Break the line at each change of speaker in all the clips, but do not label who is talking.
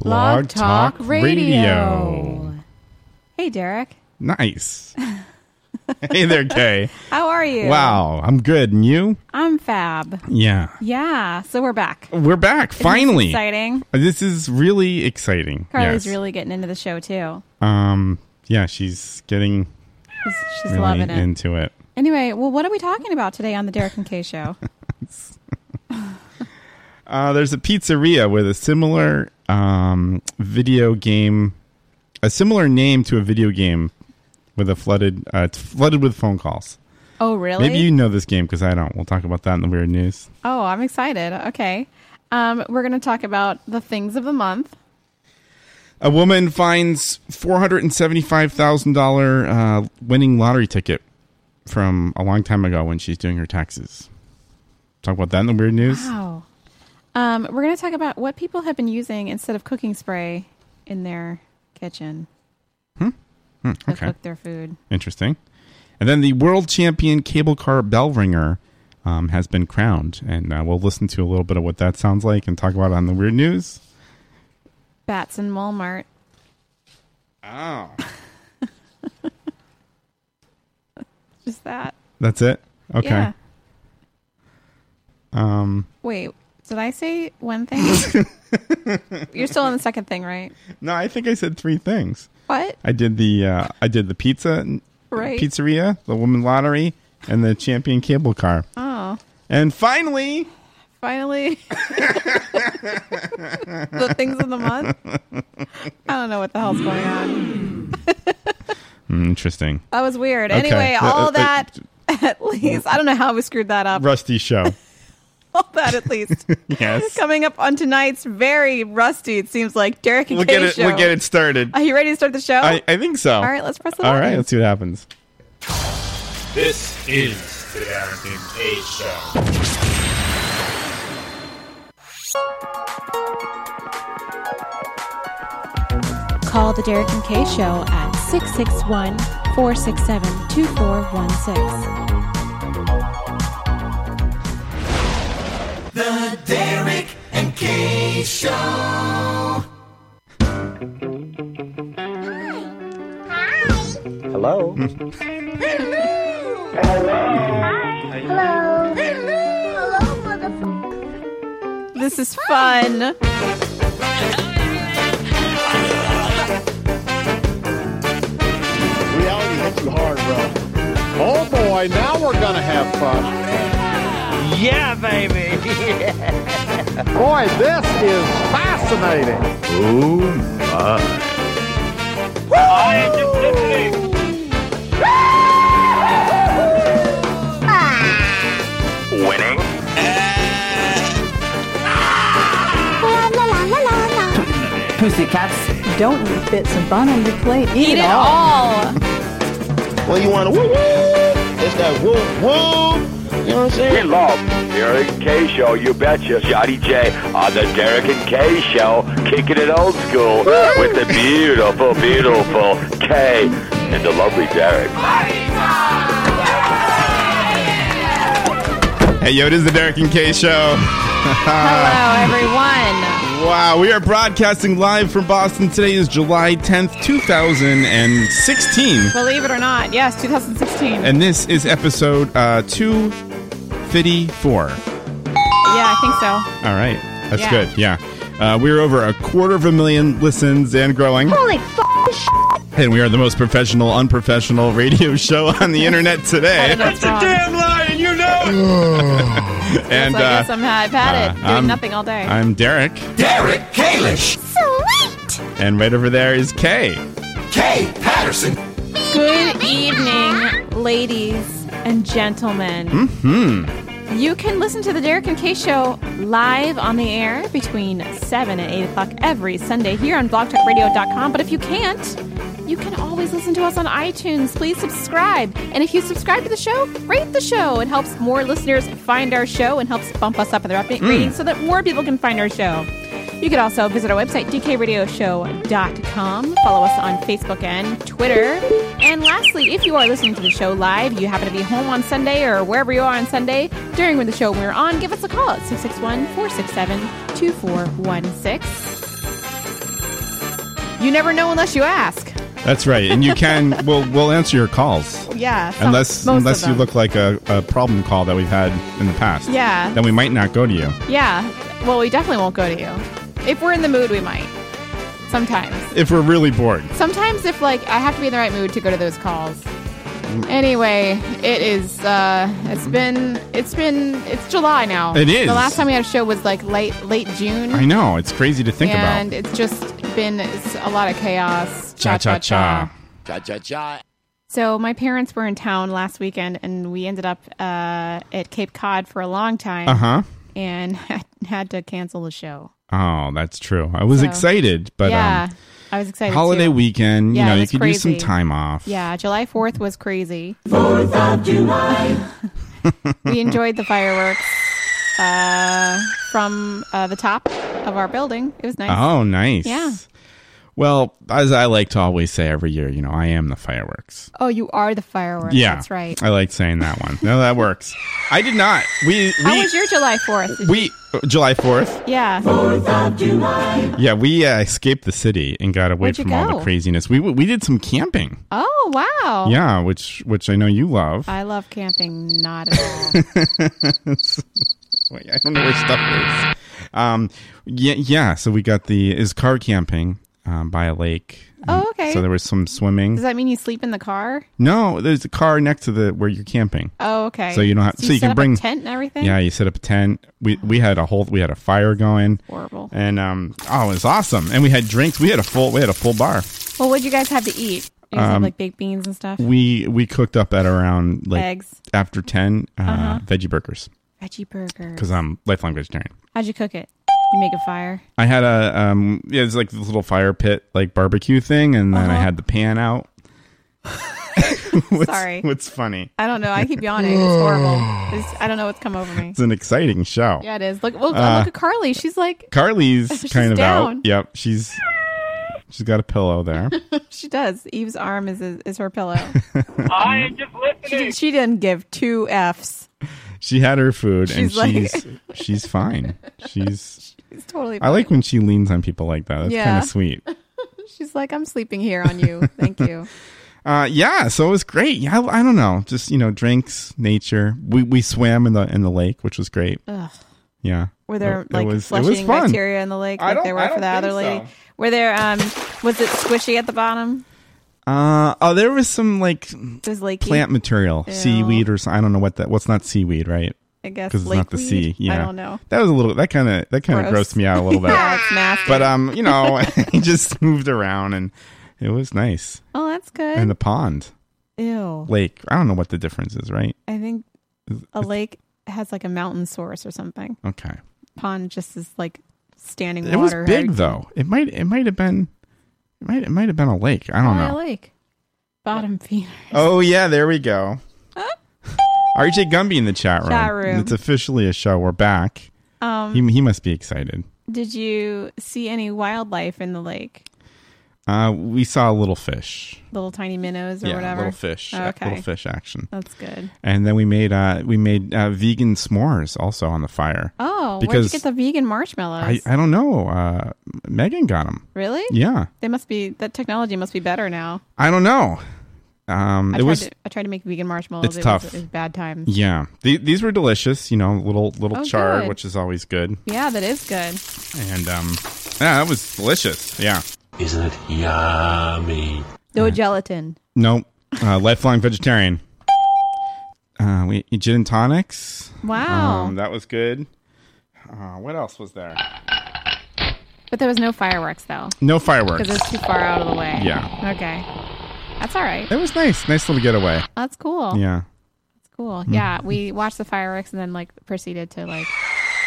Blog Talk Radio.
Hey, Derek.
Nice. hey there, Kay.
How are you?
Wow, I'm good. And you?
I'm fab.
Yeah.
Yeah. So we're back.
We're back,
Isn't this
finally.
exciting.
This is really exciting.
Carly's
yes.
really getting into the show, too.
Um, yeah, she's getting
She's, she's
really
loving it.
into it.
anyway, well, what are we talking about today on the Derek and Kay show?
Uh, there's a pizzeria with a similar um, video game, a similar name to a video game with a flooded, uh, it's flooded with phone calls.
oh, really?
Maybe you know this game because I don't. We'll talk about that in the weird news.
oh, I'm excited. Okay. Um, we're going to talk about the things of the month.
A woman finds four hundred and seventy-five thousand thousand dollar uh, winning lottery ticket from a long time ago when she's doing her taxes. Talk about that in the weird news.
Wow. Um, we're going to talk about what people have been using instead of cooking spray in their kitchen to
Hmm? okay.
cook their food.
Interesting. And then the world champion cable car bell ringer um, has been crowned, and uh, we'll listen to a little bit of what that sounds like and talk about it on the weird news.
Bats in Walmart.
Oh,
Just that.
that's it. Okay.
Yeah.
Um,
Wait, did I say one thing? You're still on the second thing, right?
no, I think I said three things.
What?
I did the uh, I did the pizza
Right.
pizzeria, the woman lottery, and the champion cable car.
Oh,
And finally,
finally. the things of the month. I don't know what the hell's going on.
Mm, interesting.
That was weird.
Okay.
Anyway,
Uh,
all
uh,
that at least. I don't know how we screwed that up.
Rusty show.
All that at least.
yes.
Coming up on tonight's very rusty, it seems like, Derek and
We'll
Kay
get it.
show.
We'll get it started.
Are you ready to start the show?
I, I think so.
all right, let's press the
All
button.
right. Let's see what happens.
This is the Derek and Kay Show.
Call the Derek and Kay Show at 661 467 2416.
The Derek and Kay Show.
Hello.
Hello. Hello, motherfucker.
This is fun.
Reality hits you hard, bro. Oh boy, now we're gonna have fun.
Yeah, baby.
Boy, this is fascinating.
Winning?
La la la la la la.
Don't leave bits of bun on your plate. Eat,
Eat it
it all.
all.
Well, you want to woo woo? It's that woo woo. You know what I'm saying?
Hello, Derek and Kay Show, you betcha. Johnny J on the Derek and Kay Show, kicking it old school with the beautiful, beautiful Kay and the lovely Derek.
Hey, yo! It is the Derek and Kay show.
Hello, everyone.
Wow, we are broadcasting live from Boston. Today is July 10th, 2016.
Believe it or not, yes, 2016.
And this is episode uh, 254.
yeah, I think so.
All right. That's
Yeah.
good. Yeah. Uh, we're over a quarter of a million listens and growing.
Holy fucking shit.
And we are the most professional, unprofessional radio show on the internet
I
today.
don't know what's wrong.
and
so I guess
uh,
I'm had, had
uh,
it, doing
I'm-
nothing all day.
I'm Derek.
Derek Kalish.
Sweet.
And right over there is Kay.
Kay Patterson.
Good evening, ladies and gentlemen. Mm-hmm. You can listen to the Derek and Kay Show live on the air between 7 and 8 o'clock every Sunday here on blogtalkradio.com. But if you can't, you can always listen to us on iTunes. Please subscribe. And if you subscribe to the show, rate the show. It helps more listeners find our show and helps bump us up in their update ratings so that more people can find our show. You can also visit our website, dkradioshow.com. Follow us on Facebook and Twitter. And lastly, if you are listening to the show live, you happen to be home on Sunday or wherever you are on Sunday during when the show we're on, give us a call at 661 467 2416. You never know unless you ask.
That's right. And you can, we'll, we'll answer your calls.
Yeah. some-
Unless,
most of
unless you
them.
look like a, a problem call that we've had in the past.
Yeah.
Then we might not go to you.
Yeah. Well, we definitely won't go to you. If we're in the mood, we might. Sometimes.
If we're really bored.
Sometimes if like I have to be in the right mood to go to those calls. Anyway, it is uh it's been it's been it's July now.
It is.
The last time we had a show was like late late June.
I know. It's crazy to think
and
about.
it's just been it's a lot of chaos.
Cha cha cha.
Cha cha cha.
So my parents were in town last weekend and we ended up uh at Cape Cod for a long time
Uh huh.
and had to cancel the show.
Oh, that's true. I was
So-
excited, but
yeah.
um,
I was excited.
holiday
too.
weekend,
Yeah,
you know,
it
you
was
could use some
crazy.
time off.
Yeah, July 4th was crazy. 4th of July. we enjoyed the fireworks uh, from uh, the top of our building. It was nice.
Oh, nice.
Yeah.
Well, as I like to always say every year, you know, I am the fireworks.
Oh, you are the fireworks.
yeah, Uh,
That's right.
I like saying that one. no, that works. I did not. We we
How was your July 4th? Did-
we uh, July Fourth.
yeah.
Yeah, we uh, escaped the city and got away
Where'd you
from all
go?
the craziness. We we did some camping.
Oh, wow.
Yeah, which which I know you love.
I love camping, not at all.
Wait, I don't know where stuff is. Um, yeah, yeah. So we got the is car camping um, by a lake.
Oh, okay.
So there was some swimming.
Does that mean you sleep in the car?
no, there's a car next to the where you're camping.
Oh, okay.
So you don't have- so you
set
can
up a
bring-
tent and everything.
Yeah, you set up a tent. We we had a whole we had a fire going,
Horrible.
and um, oh, it was awesome. And we had drinks. We had a full we had a full bar.
Well, what'd you guys have to eat? You guys have like baked beans and stuff.
Um, We we cooked up at around like
Eggs. Uh-huh.
after ten uh, veggie burgers
Veggie burger.
because I'm lifelong vegetarian.
How'd you cook it? You make a fire.
I had a um yeah, it's like this little fire pit like barbecue thing, and then
Uh-huh.
I had the pan out. what's,
Sorry.
what's funny?
I don't know. I keep yawning. It's horrible. It's, I don't know what's come over me.
It's an exciting show.
Yeah, it is. Look, look,
Uh.
look at Carly. She's like,
Carly's
She's
kind of
down.
out. Yep, she's she's got a pillow there.
she does. Eve's arm is is her pillow.
I am just
She,
listening.
did, she didn't give two f's.
she had her food, and
She's like-
she's she's fine. She's
It's totally.
I like when she leans on people like that. That's
Yeah.
kind of sweet.
She's like, I'm sleeping here on you. Thank you.
Uh, yeah, so it was great. Yeah, I, I don't know, just you know, drinks, nature. We we swam in the in the lake, which was great.
Ugh.
Yeah,
Were there
It- it
like
was- it was
flushing
fun.
bacteria in the lake
I
like
don't-
there
I
were for
don't
that other
think
lady?
so.
Were there? Um, was it squishy at the bottom?
Uh, oh, there was some like
It was lakey.
plant material,
Ew.
seaweed or something. I don't know what that. What's not seaweed, right?
I guess
Because it's not the
lakeweed?
sea. Yeah,
I don't know.
That was a little. That kind of that kind of
Gross.
grossed me out a little bit.
Yeah, it's nasty.
But um, you know, he just moved around and it was nice.
oh, that's good.
And the pond,
Ew.
lake. I don't know what the difference is, right?
I think a lake has like a mountain source or something.
Okay.
Pond just is like standing
It was
water.
big though. It might it might have been it might it might have been a lake. I don't
Why a
know.
lake. Bottom feeder.
Oh yeah, there we go. RJ Gumby in the chat room.
Chat room.
It's officially a show. We're back.
Um,
He he must be excited.
did you see any wildlife in the lake?
Uh, we saw a little fish.
Little tiny minnows or whatever.
little fish.
Oh, okay.
Little fish action.
That's good.
And then we made uh we made uh, vegan s'mores also on the fire.
Oh, where'd you
Because-
get the vegan marshmallows?
I I don't know. Uh, Megan got them.
really?
Yeah.
They must be that technology must be better now.
I don't know. Um,
I
it
tried
was
to I tried to make vegan marshmallows.
It's
it
tough.
Was, it was bad times.
yeah. The, these were delicious. You know, little little
Oh,
char,
good.
which is always good.
Yeah, that is good.
And um, yeah, that was delicious. Yeah.
Isn't it yummy?
No gelatin.
Nope. Uh, lifelong vegetarian. Uh, we eat gin and tonics.
Wow.
Um, that was good. Uh, what else was there?
but there was no fireworks though.
No fireworks.
Because it's too far out of the way.
Yeah.
Okay. That's all right.
That was nice. Nice little getaway.
That's cool.
Yeah. Mm-hmm.
That's cool. Yeah. We watched the fireworks and then like proceeded to like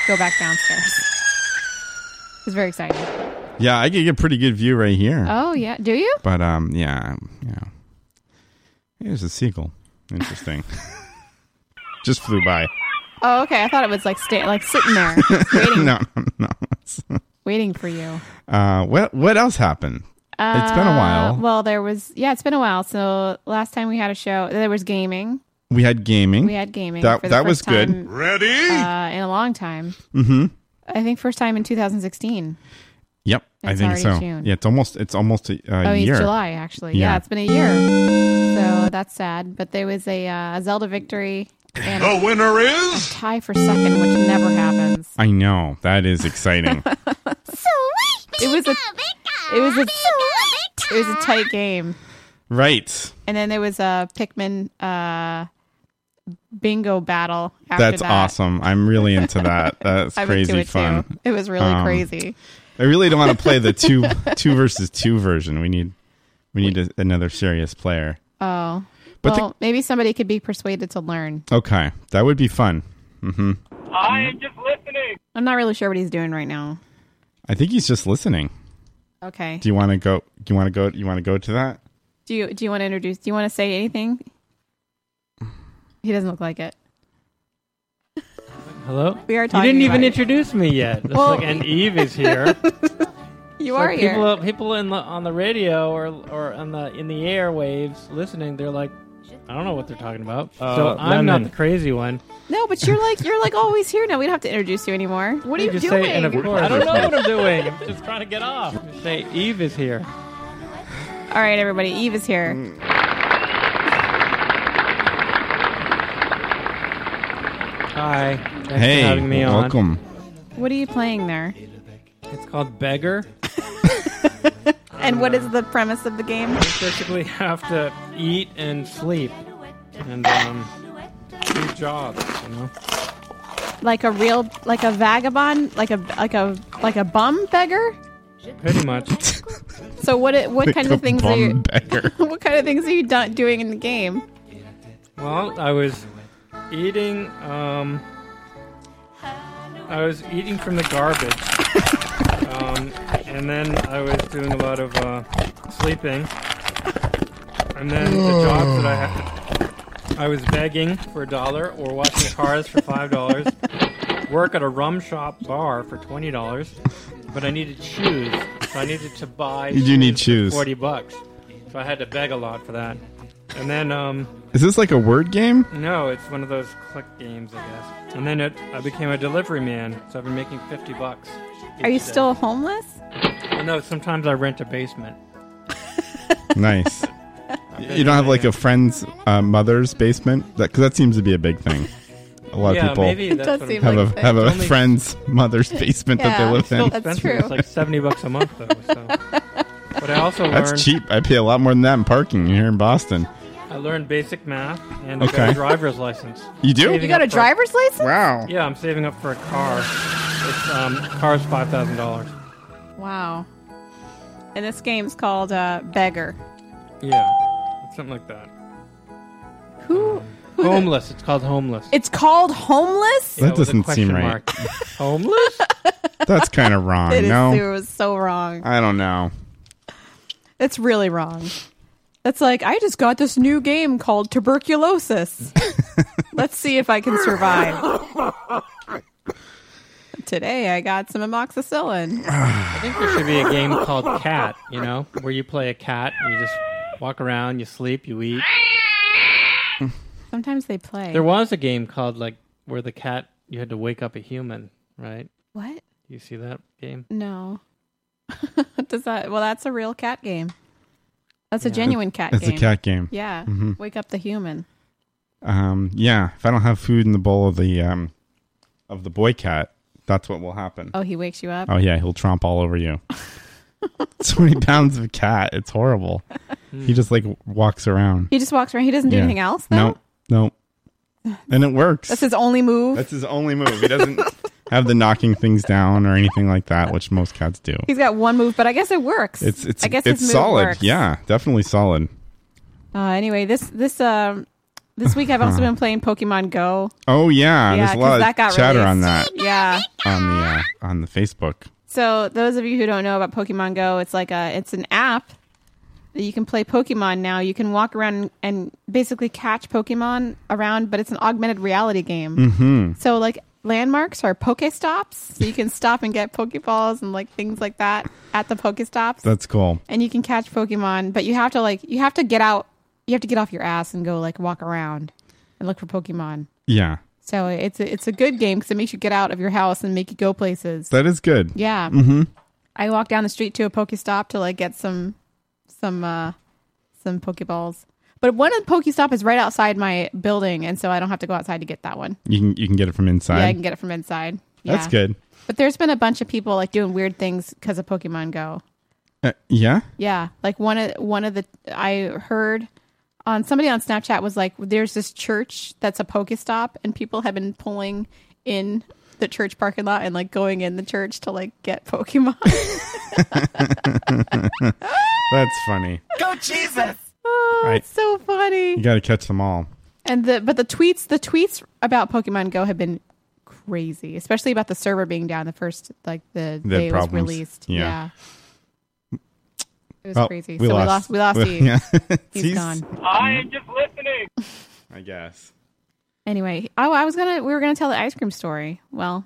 go back downstairs. It was very exciting.
Yeah, I could get a pretty good view right here.
Oh yeah. Do you?
But um, yeah, yeah. Here's a seagull. Interesting. Just flew by.
Oh okay. I thought it was like stay like sitting there waiting
No, no, no.
waiting for you.
Uh, what what else happened? it's been a
Uh,
while.
well there was yeah, it's been a while. So last time we had a show there was gaming.
we had gaming.
We had gaming.
That-
for the
that was
first
good.
time, Ready? Uh, in a long time. Mm-hmm. I think first time in 2016.
Yep, I
It's
think
already
so.
June.
Yeah, it's almost it's almost a, a
oh,
year.
it's July actually. Yeah.
Yeah.
it's been a year. So that's sad. But there was a uh, Zelda victory and a
The winner is
tie for second, which never happens.
I know that is exciting.
It was a it was a it was a tight game.
right,
And then there was a Pikmin uh, bingo battle. After
that's
that.
awesome. I'm really into that. That's
I went to
crazy
it, too.
fun.
It was really
Um,
crazy.
I really don't want to play the two two versus two version. We need we need a, another serious player.
Oh,
But the-
well, maybe somebody could be persuaded to learn.
Okay, that would be fun. hmm
I am just listening.
I'm not really sure what he's doing right now.
I think he's just listening.
Okay.
Do you want to go? You want to go? You want to go to that?
Do you do you want to introduce? Do you want to say anything? He doesn't look like it.
Hello.
We are
You
talking.
didn't
about
even
it.
introduce me yet. It's
Well-
like, and Eve is here.
You are
Like,
here.
People, people in the, on the radio or or on the in the airwaves listening, they're like, I don't know what they're talking about.
Uh,
so I'm
Lemon.
not the crazy one.
no, but you're like you're like always here now. We don't have to introduce you anymore. What are you,
just
doing?
Say, and of course, I don't know what I'm doing. I'm just trying to get off. Just say Eve is here.
All right, everybody. Eve is
Mm.
here.
Hi. Thanks
hey,
for having me on.
welcome.
What are you playing there?
It's called Beggar.
And what is the premise of the game?
You basically have to eat and sleep and um, do jobs. You know.
Like a real, like a vagabond, like a like a like a bum beggar.
Pretty much.
So what it- what kind of things are you,
beggar.
what kind of things are you do- doing in the game?
Well, I was eating. Um, I was eating from the garbage, um, and then I was doing a lot of uh, sleeping, and then the jobs that I had. I was begging for a dollar or washing cars for five dollars. Work at a rum shop bar for twenty dollars, but I needed shoes, so I needed to buy.
You do need shoes.
for Forty bucks, so I had to beg a lot for that. And then um,
Is this like a word game?
no, it's one of those click games, I guess. And then it, I became a delivery man, so I've been making 50 bucks. each
Are you
day.
still homeless?
Well, no, sometimes I rent a basement.
Nice. you don't have like a friend's uh, mother's basement? Because that, seems to be a big thing. A lot
yeah,
of people
maybe
It
that's
does
what
seem
I'm
have
like
a
that.
have a
It's only-
friend's mother's basement that
Yeah.
they live
It's still
in.
That's
expensive.
true.
It's like 70 bucks a month, though. So. But I also learned,
That's cheap. I pay a lot more than that in parking here in Boston.
I learned basic math and I got
Okay.
a driver's license.
You do?
Saving
You got a
up for-
driver's license?
Wow.
Yeah, I'm saving up for a car. It's um, car's five thousand dollars.
Wow. And this game's called uh, Beggar.
Yeah, it's something like that.
Who? who the-
Homeless. It's called homeless.
it's called Homeless.
That
Yeah, with a
doesn't seem
question
right.
mark. homeless.
That's kind of wrong.
It is
no,
it was so wrong.
I don't know.
It's really wrong. It's like I just got this new game called Tuberculosis. Let's see if I can survive. Today I got some amoxicillin.
I think there should be a game called Cat, you know, where you play a cat, and you just walk around, you sleep, you eat.
Sometimes they play.
There was a game called like where the cat you had to wake up a human, right?
what?
You see that game?
No. Does that? Well, that's a real cat game. That's a genuine cat
It's
game.
a cat Mm-hmm. game.
Yeah. Wake up the human.
Um, yeah. If I don't have food in the bowl of the um, of the boy cat, that's what will happen.
Oh, he wakes you up.
Oh yeah, he'll tromp all over you. Twenty pounds of cat. It's horrible. He just like walks around.
He just walks around. He doesn't Hmm. do
Yeah.
anything else. Though?
No, no. And it works.
That's his only move.
That's his only move. He doesn't have the knocking things down or anything like that, which most cats do.
He's got one move, but I guess it works.
It's it's
I guess
it's
his move
solid.
works.
Yeah, definitely solid.
Uh, anyway, this this um this week I've also been playing Pokemon Go.
Oh yeah,
Yeah,
Uh-huh. there's a lot
'cause
of
that got
chatter on that
released. Yeah.
on the uh, on the Facebook.
So those of you who don't know about Pokemon Go, it's like a it's an app that you can play Pokemon now. You can walk around and, and basically catch Pokemon around, but it's an augmented reality game. Mm-hmm. So like landmarks are Pokestops, so you can stop and get Pokeballs and like things like that at the Pokestops.
That's cool.
and you can catch Pokemon, but you have to like you have to get out you have to get off your ass and go like walk around and look for Pokemon.
Yeah,
So it's a, it's a good game because it makes you get out of your house and make you go places.
that is good.
yeah, I walked down the street to a Pokestop to like get some some uh some Pokeballs. But one of the Pokestop is right outside my building, and so I don't have to go outside to get that one.
You can you can get it from inside.
Yeah, I can get it from inside. Yeah.
That's good.
But there's been a bunch of people like doing weird things because of Pokemon Go.
Uh, yeah.
Yeah, like one of one of the I heard on somebody on Snapchat was like, "There's this church that's a Pokestop, and people have been pulling in the church parking lot and like going in the church to like get Pokemon."
That's funny.
Go Jesus!
oh,
Right.
it's so
You
funny.
got to catch them all.
And the but the tweets the tweets about Pokemon Go have been crazy, especially about the server being down the first like the,
The
day it was
problems.
released.
Yeah.
Yeah. It was
Oh,
crazy. so we lost we lost you.
Yeah.
He's gone.
I am just listening.
I guess.
Anyway, oh, I was gonna. We were gonna tell the ice cream story. Well,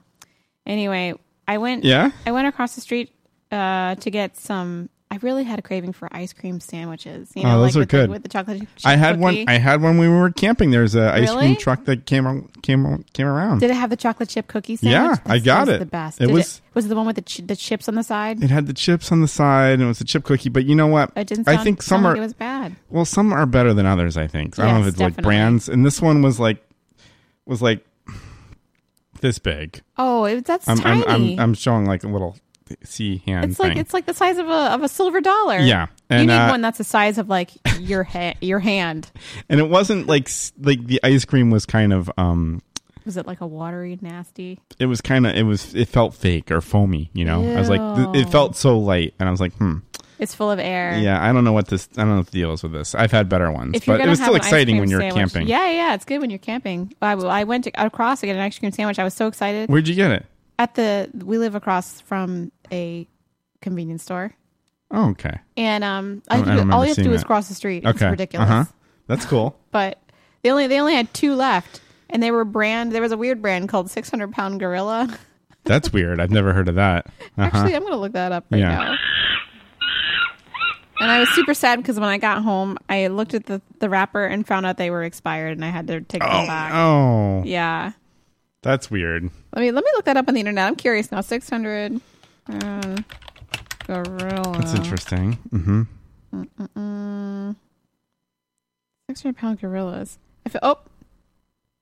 anyway, I went.
Yeah.
I went across the street uh, to get some. I really had a craving for ice cream sandwiches. You know,
Oh,
like
those are
with the-
good.
with the chocolate. chip
I had
cookie.
one. I had one when we were camping. There's a ice
Really?
cream truck that came on, came on, came around.
Did it have the chocolate chip cookie
Yeah,
sandwich?
I
This
got
was
it.
The best.
It
Did
was-
was it the one with the ch- the chips on the side.
It had the chips on the side, and it was a chip cookie. But you know what?
It didn't. Sound,
I think some
sound
are
like it was bad.
well, some are better than others. I think. I don't know if
Yes,
it's like
definitely.
brands, and this one was like was like this big.
Oh, it, that's
I'm
tiny.
I'm, I'm I'm showing like a little C hand.
it's like
thing.
it's like the size of a of a silver dollar.
Yeah, and,
you need
uh,
one that's the size of like your ha- your hand.
and it wasn't like s- like the ice cream was kind of um
Was it like a watery, nasty?
it was kind of it was it felt fake or foamy. You know, I was like th- it
Ew.
felt so light, and I was like hmm.
It's full of air.
Yeah, I don't know what this. I don't know what the deal is with this. I've had better ones,
If you're
but
gonna
it was
have
still
an ice
exciting
cream
when you're
sandwich-
camping.
Yeah, yeah, it's good when you're camping. I, I went to, across to get an ice cream sandwich. I was so excited.
Where'd you get it?
At the we live across from a convenience store,
Oh, okay.
and um, I
I
have to
don't
do, all
remember
you have to
seeing
do is
that.
cross the street. It's
Okay.
ridiculous.
Uh-huh. That's cool.
But they only they only had two left, and they were brand. There was a weird brand called Six Hundred Pound Gorilla.
Uh-huh. That's weird. I've never heard of that. Uh-huh.
Actually, I'm gonna look that up right
Yeah.
now. And I was super sad because when I got home, I looked at the, the wrapper and found out they were expired, and I had to take them back.
oh,
Yeah.
that's weird.
Let me let me look that up on the internet. I'm curious now. Six hundred uh, gorilla.
That's interesting. Mm-hmm.
Six hundred pound gorillas. I fe- oh,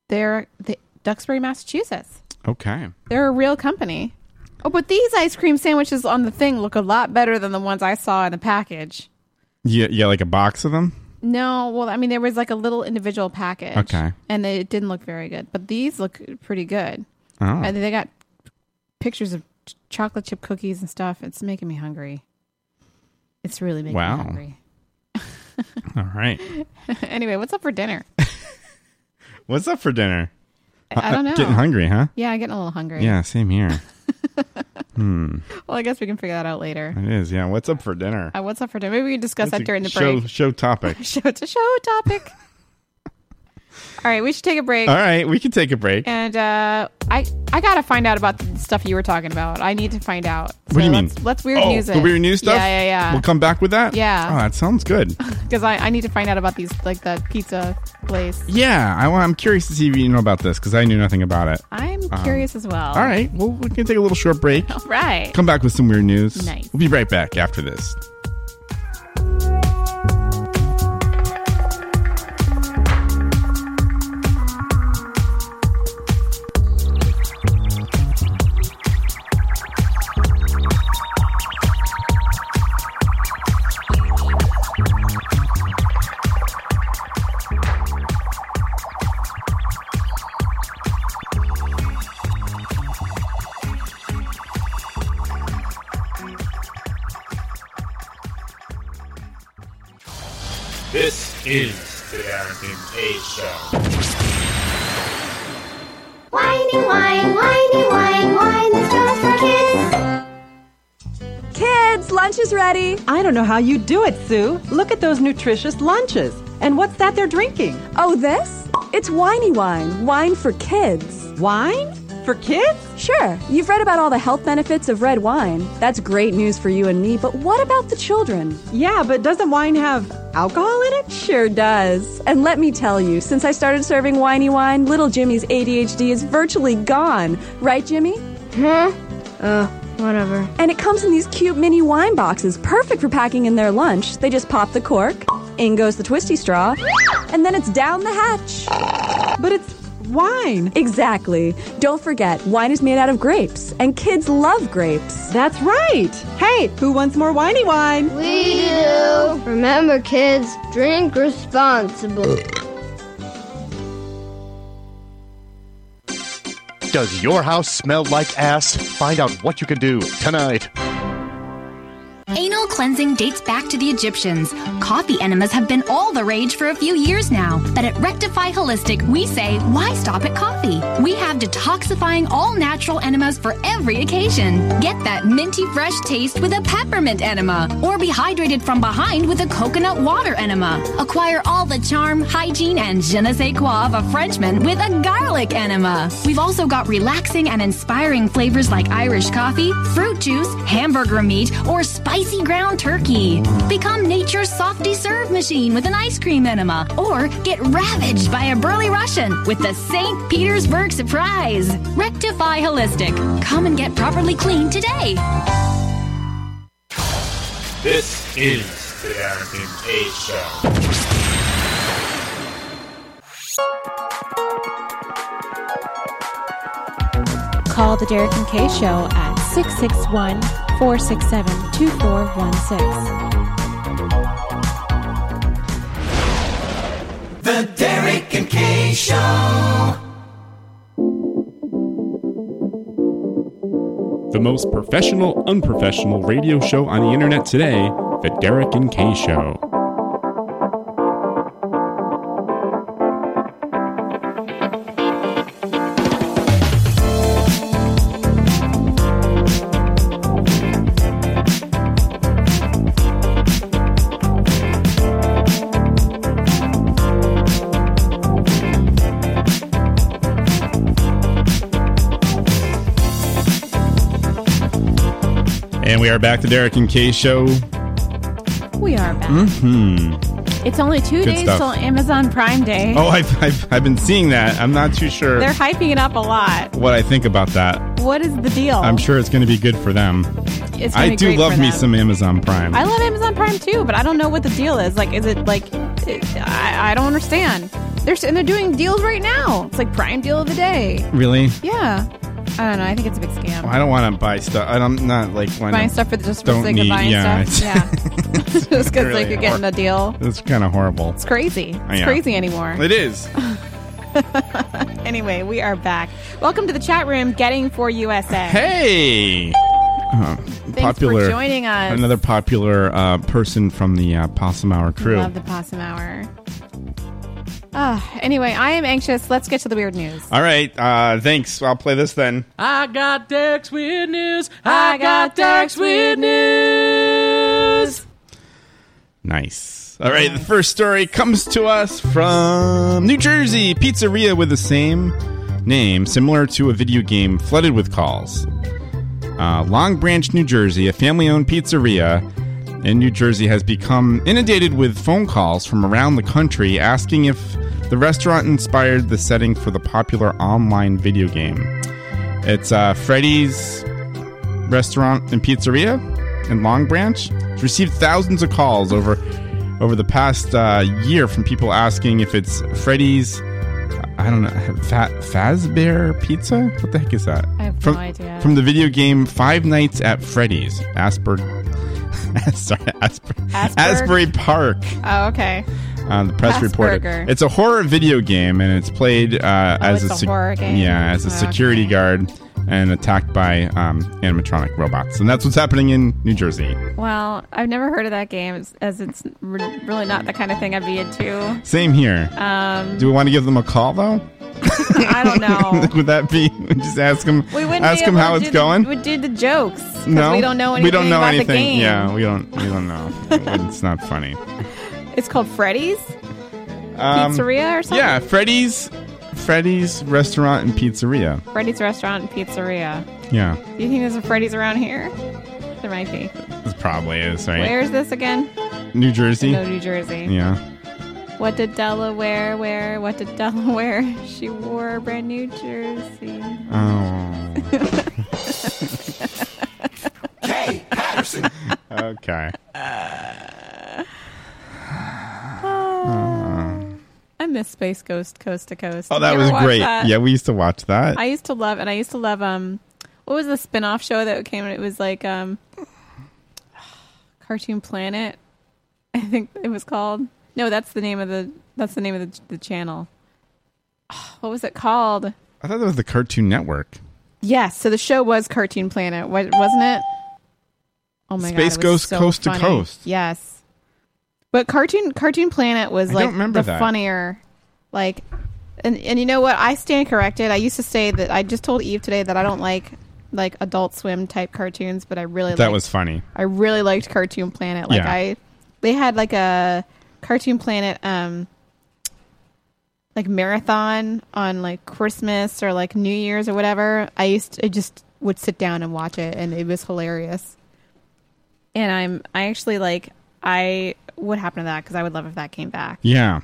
they're the Duxbury, Massachusetts.
Okay.
They're a real company. Oh, but these ice cream sandwiches on the thing look a lot better than the ones I saw in the package.
Yeah, yeah, like a box of them.
No, well, I mean, there was like a little individual package.
Okay.
And it didn't look very good, but these look pretty good.
Oh,
And they got pictures of ch- chocolate chip cookies and stuff. It's making me hungry. It's really making
Wow.
me hungry.
all right.
anyway, what's up for dinner?
What's up for dinner?
I I don't know.
Getting hungry, huh?
Yeah, I'm getting a little hungry.
Yeah, same here.
Well, I guess we can figure that out later.
it is. Yeah. What's up for dinner?
Uh, what's up for dinner? Maybe we can discuss
That's
that
a
during the
show,
break.
Show topic.
Show it's a show topic. All right, we should take a break.
all right, we can take a break.
And uh, I I gotta find out about the stuff you were talking about. I need to find out. So
What do you mean?
let's, Let's weird
oh,
news
the
it.
weird news stuff.
Yeah, yeah,
We'll
yeah.
come back with that.
Yeah.
Oh, that sounds good.
Because I, I need to find out about these like the pizza place.
Yeah, I, am curious to see if you know about this because I knew nothing about it.
I'm curious as well.
Um, All right, well, we can take a little short break.
All right.
Come back with some weird news.
Nice.
We'll be right back after this.
This is the Darrington K Show.
Whiny, whine, whiny, whine, whine is just for kids.
Kids, lunch is ready.
I don't know how you do it, Sue. Look at those nutritious lunches. And what's that they're drinking?
Oh, this? It's whiny wine, wine for kids.
Wine? For kids?
Sure, you've read about all the health benefits of red wine. That's great news for you and me, but what about the children?
Yeah, but doesn't wine have alcohol in it?
Sure does. And let me tell you, since I started serving whiny wine, little Jimmy's ADHD is virtually gone. Right, Jimmy? Huh? Uh,
Whatever.
And it comes in these cute mini wine boxes, perfect for packing in their lunch. They just pop the cork, in goes the twisty straw, and then it's down the hatch.
But it's wine.
Exactly. Don't forget, wine is made out of grapes, and kids love grapes.
That's right. Hey, who wants more winey wine?
We do. Remember, kids, drink responsibly.
Does your house smell like ass? Find out what you can do tonight.
Anal cleansing dates back to the Egyptians. Coffee enemas have been all the rage for a few years now. But at Rectify Holistic, we say, why stop at coffee? We have detoxifying all natural enemas for every occasion. Get that minty fresh taste with a peppermint enema, or be hydrated from behind with a coconut water enema. Acquire all the charm, hygiene, and je ne sais quoi of a Frenchman with a garlic enema. We've also got relaxing and inspiring flavors like Irish coffee, fruit juice, hamburger meat, or spicy spicy ground turkey. Become nature's softy serve machine with an ice cream enema, or get ravaged by a burly Russian with the St. Petersburg surprise. Rectify Holistic. Come and get properly clean today.
This is the Darrington K Show.
Call the Derek and Kay Show at 661 661- 467 2416.
The Derek and Kay Show.
The most professional, unprofessional radio show on the internet today The Derek and Kay Show. we are back to Derek and Kay show.
We are back.
Mm-hmm.
It's only two
Good
days
stuff.
till Amazon Prime Day.
Oh, I've, I've, I've been seeing that. I'm not too sure
They're hyping it up a lot.
what I think about that.
What is the deal?
I'm sure it's going to be good for them.
It's gonna
I
be
do
great
love
for
me
them.
some Amazon Prime.
I love Amazon Prime too, but I don't know what the deal is. Like, is it like it, I, I don't understand? They're s- and they're doing deals right now. It's like Prime deal of the day.
really?
Yeah, I don't know. I think it's a big scam.
I don't want to buy stuff. I'm not like wanna-
Buying stuff for just for the
don't
sake
need-
of buying
yeah,
stuff. Yeah, just because like
really
you're getting a deal.
It's kind of horrible.
It's crazy. It's
Yeah.
crazy anymore.
It is.
Anyway, we are back. Welcome to the chat room, Getting for USA.
Hey. Uh,
for
popular
joining us.
Another popular uh, person from the uh, Possum Hour crew.
Love the possum hour. Uh, anyway, I am anxious. Let's get to the weird news.
All right, uh, thanks. I'll play this then.
I got Dex with news. I got Dex with news.
Nice. All right, the first story comes to us from New Jersey pizzeria with the same name, similar to a video game flooded with calls. Uh, Long Branch, New Jersey, a family owned pizzeria in New Jersey, has become inundated with phone calls from around the country asking if the restaurant inspired the setting for the popular online video game. It's uh, Freddy's restaurant and pizzeria in Long Branch. It's received thousands of calls over over the past uh, year from people asking if it's Freddy's. I don't know, Fa- Fazbear Pizza. What the heck is that?
I have no
from,
idea.
From the video game Five Nights at Freddy's, Asper. Sorry, Asper,
Asperg?
Asbury Park.
Oh, okay.
Uh, the press reported
Asperger. Oh,
it's a horror video game, and it's played uh, as
it's a horror game.
yeah as a
Okay.
security guard and attacked by um, animatronic robots, and that's what's happening in New Jersey.
Well, I've never heard of that game, as- as it's re- really not the kind of thing I'd be into.
Same here.
Um,
Do we want to give them a call though?
I don't know.
Would that be just ask them?
We wouldn't
ask
be
them
able
how
to
it's
do
going.
The, we do the jokes. 'cause
no,
we don't know anything.
We don't know
about
anything.
The game.
Yeah, we don't. We don't know. it's not funny.
It's called Freddy's
Um,
Pizzeria or something.
Yeah, Freddy's, Freddy's restaurant and pizzeria.
Freddy's Restaurant and Pizzeria.
Yeah,
Do you think there's a Freddy's around here? There might be.
it probably is right.
Where's this again?
New Jersey.
No, New Jersey.
Yeah.
What did Delaware wear? What did Delaware? She wore brand new jersey.
Oh.
embarrassing.
okay.
I miss Space Ghost Coast to Coast.
Oh,
Did
that
you ever
was
watch
great.
that?
Yeah, we used to watch that.
I used to love, and I used to love um, what was the spin-off show that came? It was like um, Cartoon Planet, I think it was called. No, that's the name of the that's the name of the the channel. What was it called?
I thought that was the Cartoon Network.
Yes, so the show was Cartoon Planet, wa- wasn't it? Oh my god,
Space
it was
Ghost
so
Coast to
funny.
Coast.
Yes, but cartoon Cartoon Planet was
I
like
don't remember
the
that.
funnier, like, and and you know what? I stand corrected. I used to say that I just told Eve today that I don't like like Adult Swim type cartoons, but I really
that
liked-
was funny.
I really liked Cartoon Planet. Like
Yeah.
I, they had like a Cartoon Planet um like marathon on like Christmas or like New Year's or whatever. I used I just would sit down and watch it, and it was hilarious. And I'm I actually like I would happen to that because I would love if that came back.
Yeah.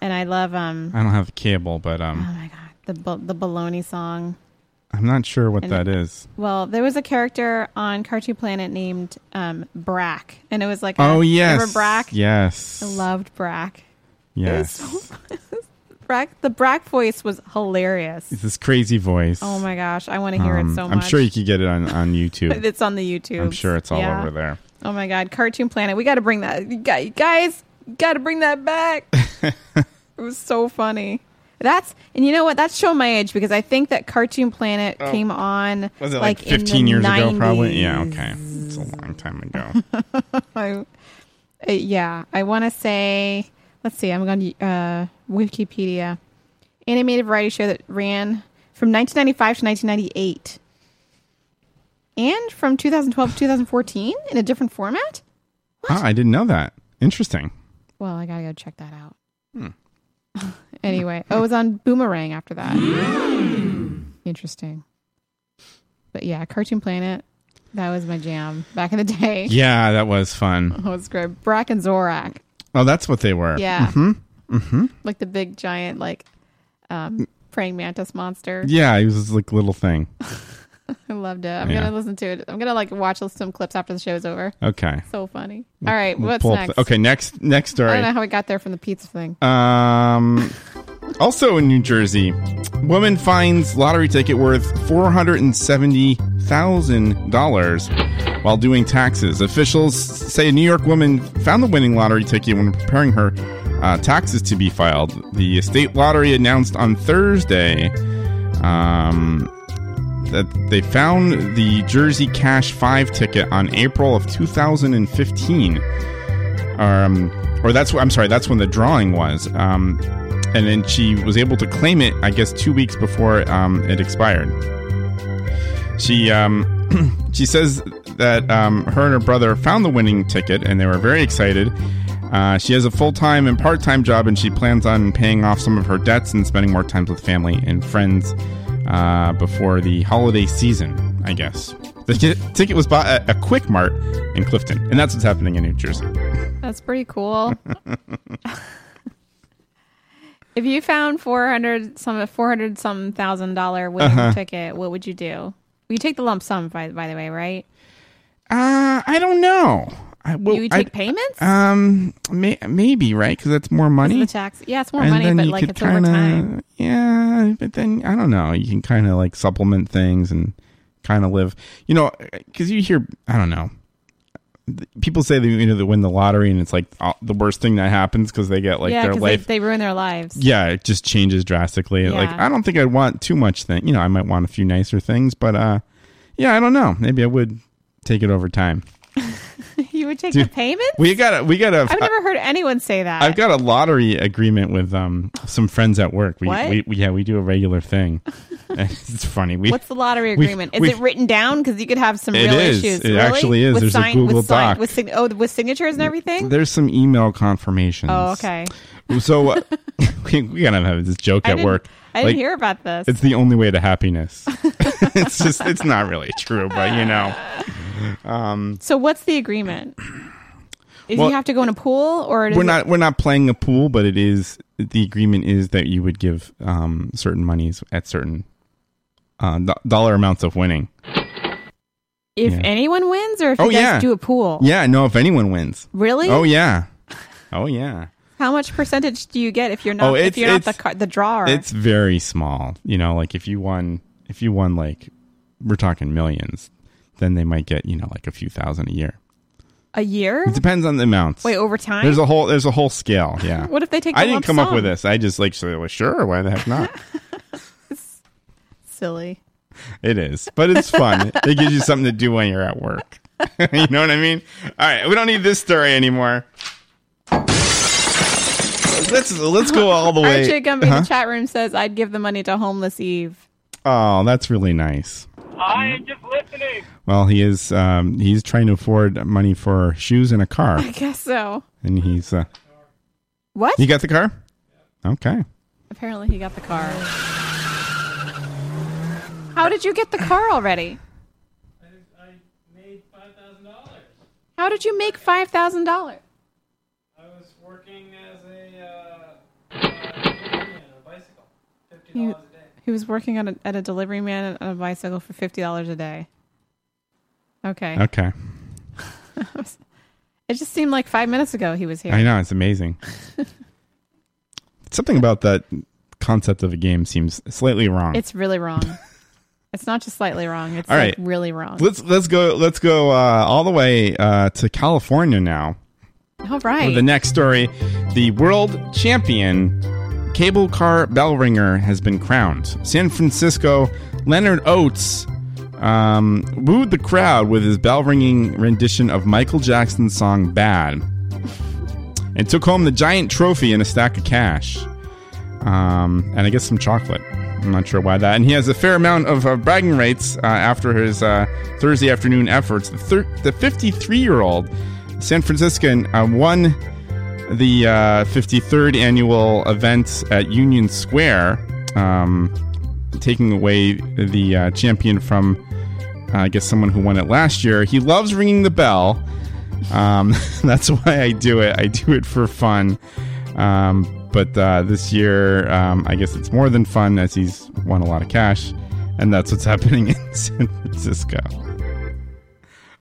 And I love um oh
I don't have cable, but
Uh,
um,
the bu- the baloney song.
I'm not sure what
And-
that is.
Well, there was a character on Cartoon Planet named um, Brack, and it was like, a-
Oh, yes.
remember Brack?
Yes.
I loved Brack.
Yes.
Brack, the Brack voice was hilarious.
It's this crazy voice.
Oh my gosh, I want to hear
Um,
it so much.
I'm sure you could get it on, on YouTube.
it's on the YouTube.
I'm sure it's all
Yeah.
over there.
Oh my god, Cartoon Planet, we got to bring that, you gu- you guys, got to bring that back. it was so funny. That's and you know what? That's showing my age because I think that Cartoon Planet
Oh.
came on
Was it like,
in the
15 years ago,
90s.
probably? Yeah, okay. It's a long time ago.
I, uh, yeah, I want to say. Let's see. I'm going to uh, Wikipedia. Animated variety show that ran from 1995 to 1998, and from 2012 to 2014 in a different format.
Huh, Ah, I didn't know that. Interesting.
Well, I gotta go check that out.
Hmm.
anyway, oh, it was on Boomerang after that. Interesting. But yeah, Cartoon Planet. That was my jam back in the day.
Yeah, that was fun.
That was great. Brack and Zorak.
Oh, that's what they were.
Yeah.
hmm hmm
like the big giant like
Mm.
um praying mantis monster
Yeah, it was this, like little thing.
i loved it i'm
Yeah.
gonna listen to it i'm gonna like watch some clips after the show's over
Okay.
so funny
We'll-
all right
we'll
what's
pull up
next
the- okay, Uh. next next
i
story.
don't know how we got there from the pizza thing
Um, also in New Jersey, woman finds lottery ticket worth four hundred and seventy thousand dollars while doing taxes. Officials say a New York woman found the winning lottery ticket when preparing her uh, taxes to be filed. The state lottery announced on Thursday. Um, that they found the Jersey Cash 5 ticket on April of 2015 um, or that's wh- I'm sorry, that's when the drawing was. Um, and then she was able to claim it, I guess, two weeks before um, it expired. She um, she says that um, her and her brother found the winning ticket, and they were very excited. Uh, she has a full time and part time job, and she plans on paying off some of her debts and spending more time with family and friends uh, before the holiday season. I guess the t- ticket was bought at a Quick Mart in Clifton, and that's what's happening in New Jersey.
that's pretty cool if you found 400 some 400 some thousand dollar winning
Uh-huh.
ticket what would you do you take the lump sum by, by the way right
Uh, I don't know. I, well,
you would
Oh, I-
take payments
Um, may, maybe right because that's more money.
the tax yeah it's more
And
money
then
but
you
like
could
it's over
kinda-
time
Yeah, but then I don't know. You can kind of like supplement things and kind of live. You know, because you hear I don't know. th- People say they you know they win the lottery and it's like uh, the worst thing that happens because they get like
yeah
their
'cause
life.
they, they ruin their lives
yeah, it just changes drastically. Like
Yeah.
I don't think I'd want too much thing. You know, I might want a few nicer things, but uh, yeah, I don't know. Maybe I would take it over time.
you would take
Dude,
the payment?
We got a we got a
I've never heard anyone say that.
I've got a lottery agreement with um some friends at work. We,
What?
we, we yeah, we do a regular thing. And it's funny. We
What's the lottery
we've-
agreement? Is
we've-
it written down? Because you could have some
It
real
is.
issues.
It
really?
actually is.
With
There's a Google
with sign-
Doc.
with sign- oh, with signatures and everything.
There's some email confirmations.
Oh, okay.
So uh, we, we gotta have this joke
I
at
didn't-
work.
I didn't hear about this.
It's the only way to happiness. it's just it's not really true, but you know. Um,
So what's the agreement? Is
Well,
you have to go in a pool, or does
we're
it-
not we're not playing a pool, but it is the agreement is that you would give um, certain monies at certain uh, do- dollar amounts of winning.
if
Yeah.
anyone wins or if
Oh
you guys
yeah.
do a pool.
Yeah, no, if anyone wins.
Really?
Oh yeah. Oh yeah.
How much percentage do you get if you're not
Oh,
if
it's-
you're not the
it's-
car, the drawer?
It's very small. You know, like if you won if you won like we're talking millions, then they might get, you know, like a few thousand a year.
a year?
It depends on the amounts.
Wait, over time?
There's a whole there's a whole scale, yeah.
What if they take
I
the
didn't
lump
come up with
sum?
this. I just like so well, sure, why the heck not?
Silly.
It is, but it's fun. it gives you something to do when you're at work. you know what I mean? All right, we don't need this story anymore. Let's let's go all the way.
RJ Gumby in
Huh?
the chat room says I'd give the money to homeless Eve.
Oh, that's really nice.
I am just listening.
Well, he is um, he's trying to afford money for shoes and a car,
I guess so.
and he's uh,
What?
you got the car? Okay.
Apparently he got the car. How did you get the car already? How did you make five thousand dollars? He, he was working on a, at a delivery man on a bicycle for fifty dollars a day. Okay.
Okay.
it just seemed like five minutes ago he was here.
I know it's amazing. Something about that concept of a game seems slightly wrong.
It's really wrong. it's not just slightly wrong. It's
All
like
right.
really wrong.
Let's let's go let's go uh, all the way uh, to California now.
All right.
For the next story, the world champion cable car bell ringer has been crowned. San Francisco Leonard Oates um, wooed the crowd with his bell ringing rendition of Michael Jackson's song "Bad," and took home the giant trophy and a stack of cash, um, and I guess some chocolate. I'm not sure why that. And he has a fair amount of uh, bragging rights uh, after his uh, Thursday afternoon efforts. The thir- the 53 year old San Franciscan uh, won the uh, 53rd annual event at Union Square, um, taking away the uh, champion from, uh, I guess, someone who won it last year. He loves ringing the bell. Um, that's why I do it. I do it for fun. Um, but uh, this year, um, I guess it's more than fun as he's won a lot of cash. And that's what's happening in San Francisco.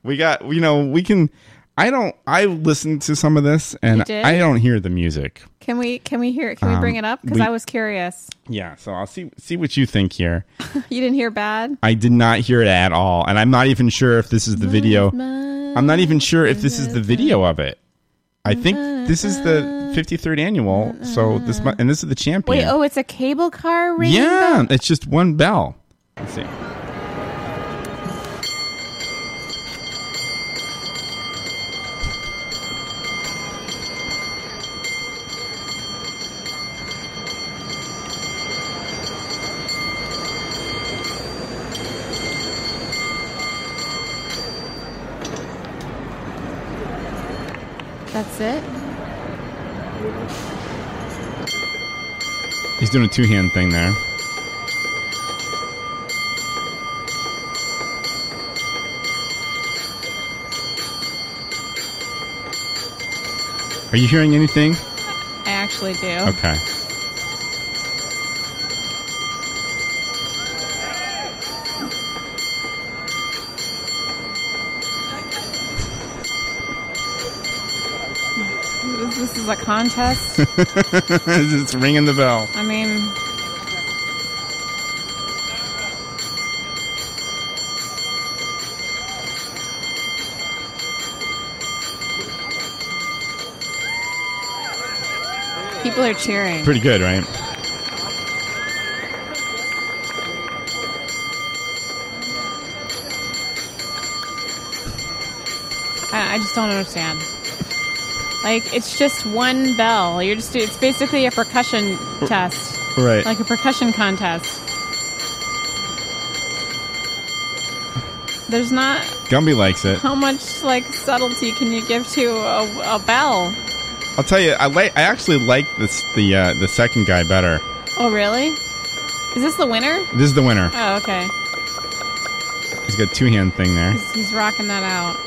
We got, you know, we can. I don't. I listened to some of this,
You
and
did?
I don't hear the music.
Can we can we hear it? Can we
Um,
bring it up? Because
we-
I was curious.
Yeah, so I'll see see what you think here.
you didn't hear bad.
I did not hear it at all, and I'm not even sure if this is the video. I'm not even sure if this is the video of it. I think this is the 53rd annual. So this mu- and this is the champion.
Wait, oh, it's a cable car ring.
yeah, it's just one bell. Let's see.
That's it.
He's doing a two hand thing there. Are you hearing anything?
I actually do.
Okay.
This, this is a contest.
it's ringing the bell.
I mean, people are cheering.
Pretty good, right?
I, I just don't understand. Like it's just one bell. You're just it's basically a percussion test.
Right.
Like a percussion contest. There's not
Gumby likes it.
how much like subtlety can you give to a, a bell?
I'll tell you, I like. I actually like this the uh, the second guy better.
Oh really? Is this the winner?
This is the winner.
Oh okay.
He's got two hand thing there.
He's, he's rocking that out.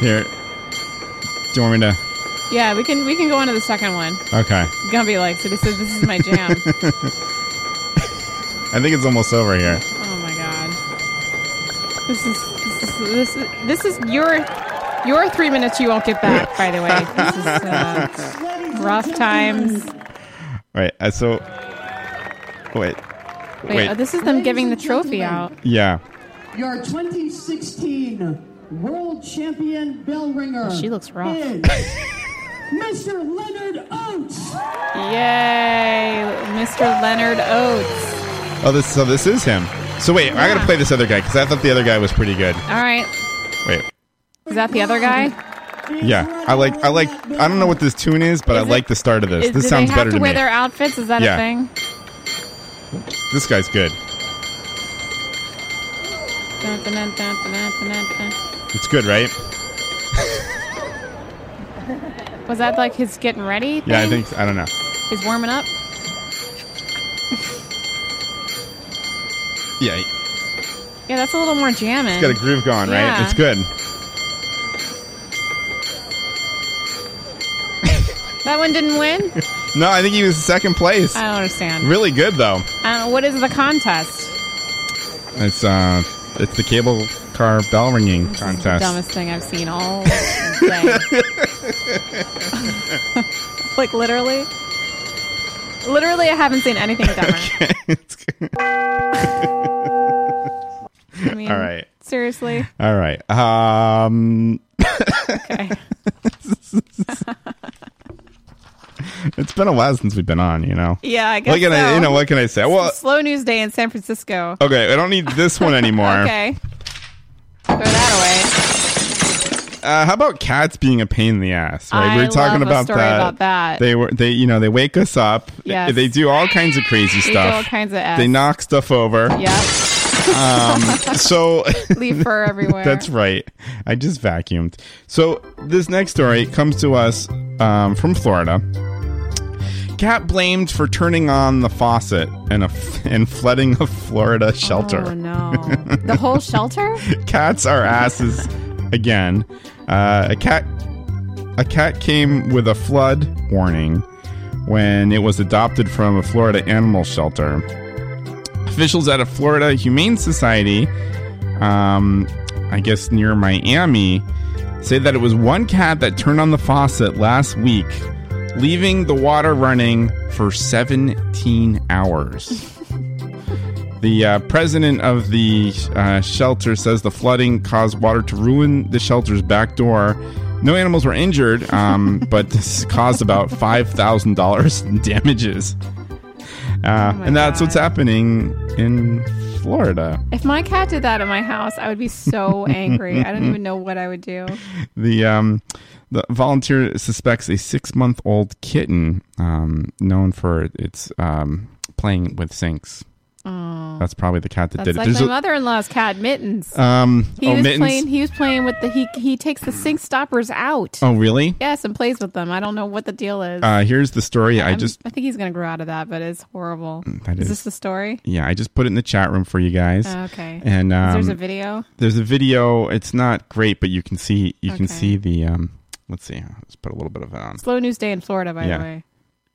Here, do you want me to?
Yeah, we can we can go on to the second one.
Okay.
Gumby likes it. He says this is my jam.
I think it's almost over here.
oh my god. This is this is this is, this is your your three minutes you won't get back. By the way, this is uh, rough times.
All right. Uh, so, wait,
Wait, oh, this is them giving the trophy out.
yeah.
Your 2016 World Champion Bell Ringer.
She looks rough.
is Mr. Leonard Oates.
Yay, Mr. Leonard Oates.
Oh, this. So this is him. So wait, I gotta play this other guy because I thought the other guy was pretty good.
All right,
Wait.
is that the other guy?
Yeah, I like. I like. I don't know what this tune is, but I like the start of this.
Is-
this
do
sounds
they have
better
to
to
wear
me.
their outfits? Is that
Yeah.
a thing?
This guy's good.
Dun, dun, dun, dun, dun, dun, dun,
It's good, right?
dun. Was that like his getting ready?
Yeah, I
thing?
think. I don't know.
He's warming up.
Yeah,
Yeah, that's a little more jamming.
it's got a groove going, right?
Yeah.
It's good.
That one didn't win.
No, I think he was second place.
I don't understand.
Really good though.
Uh, what is the contest?
It's uh, it's the cable car bell ringing contest.
Dumbest thing I've seen all day. like literally, literally, I haven't seen anything dumber. I mean,
All right.
Seriously.
All right. Um,
Okay.
it's been a while since we've been on. You know.
Yeah, I guess.
What can I?
so.
You know what Oh, can I say? Well,
slow news day in San Francisco.
okay. I don't need this one anymore.
Okay.
Uh, how about cats being a pain in the ass? Right,
I love a story about that.
They were they you know they wake us up.
Yes.
They do all kinds of crazy
They do
stuff.
all kinds of ass.
They knock stuff over. Um, so
Leave fur everywhere.
That's right. I just vacuumed. So this next story comes to us um, from Florida. Cat blamed for turning on the faucet and a and flooding a Florida shelter.
Oh no! The whole shelter?
Cats are asses again. Uh, a cat a cat came with a flood warning when it was adopted from a Florida animal shelter. Officials at a Florida Humane Society, um, I guess near Miami, say that it was one cat that turned on the faucet last week, leaving the water running for 17 hours. The uh, president of the uh, shelter says the flooding caused water to ruin the shelter's back door. No animals were injured, um, but this caused about five thousand dollars in damages.
Oh
Uh, and that's what's happening in Florida.
If my cat did that at my house, I would be so angry. I don't even know what I would do.
The um, the volunteer suspects a six-month-old kitten um, known for its um, playing with sinks.
Oh,
That's probably the cat that
that's
did it.
like
There's
my
a-
mother-in-law's cat, Mittens.
Um,
he
oh,
was
mittens.
playing. He was playing with the he. He takes the sink stoppers out.
Oh, really?
Yes, and plays with them. I don't know what the deal is.
Uh, here's the story. I
I'm-
just Mm,
I think he's gonna grow out of that, but it's horrible.
That
is
is-
this the story?
yeah, I just put it in the chat room for you guys.
Oh, okay.
And um,
Is there's a video.
There's a video. It's not great, but you can see you
Okay.
can see the um. Let's see. Let's put a little bit of it on.
Slow news day in Florida, by
Yeah.
the way.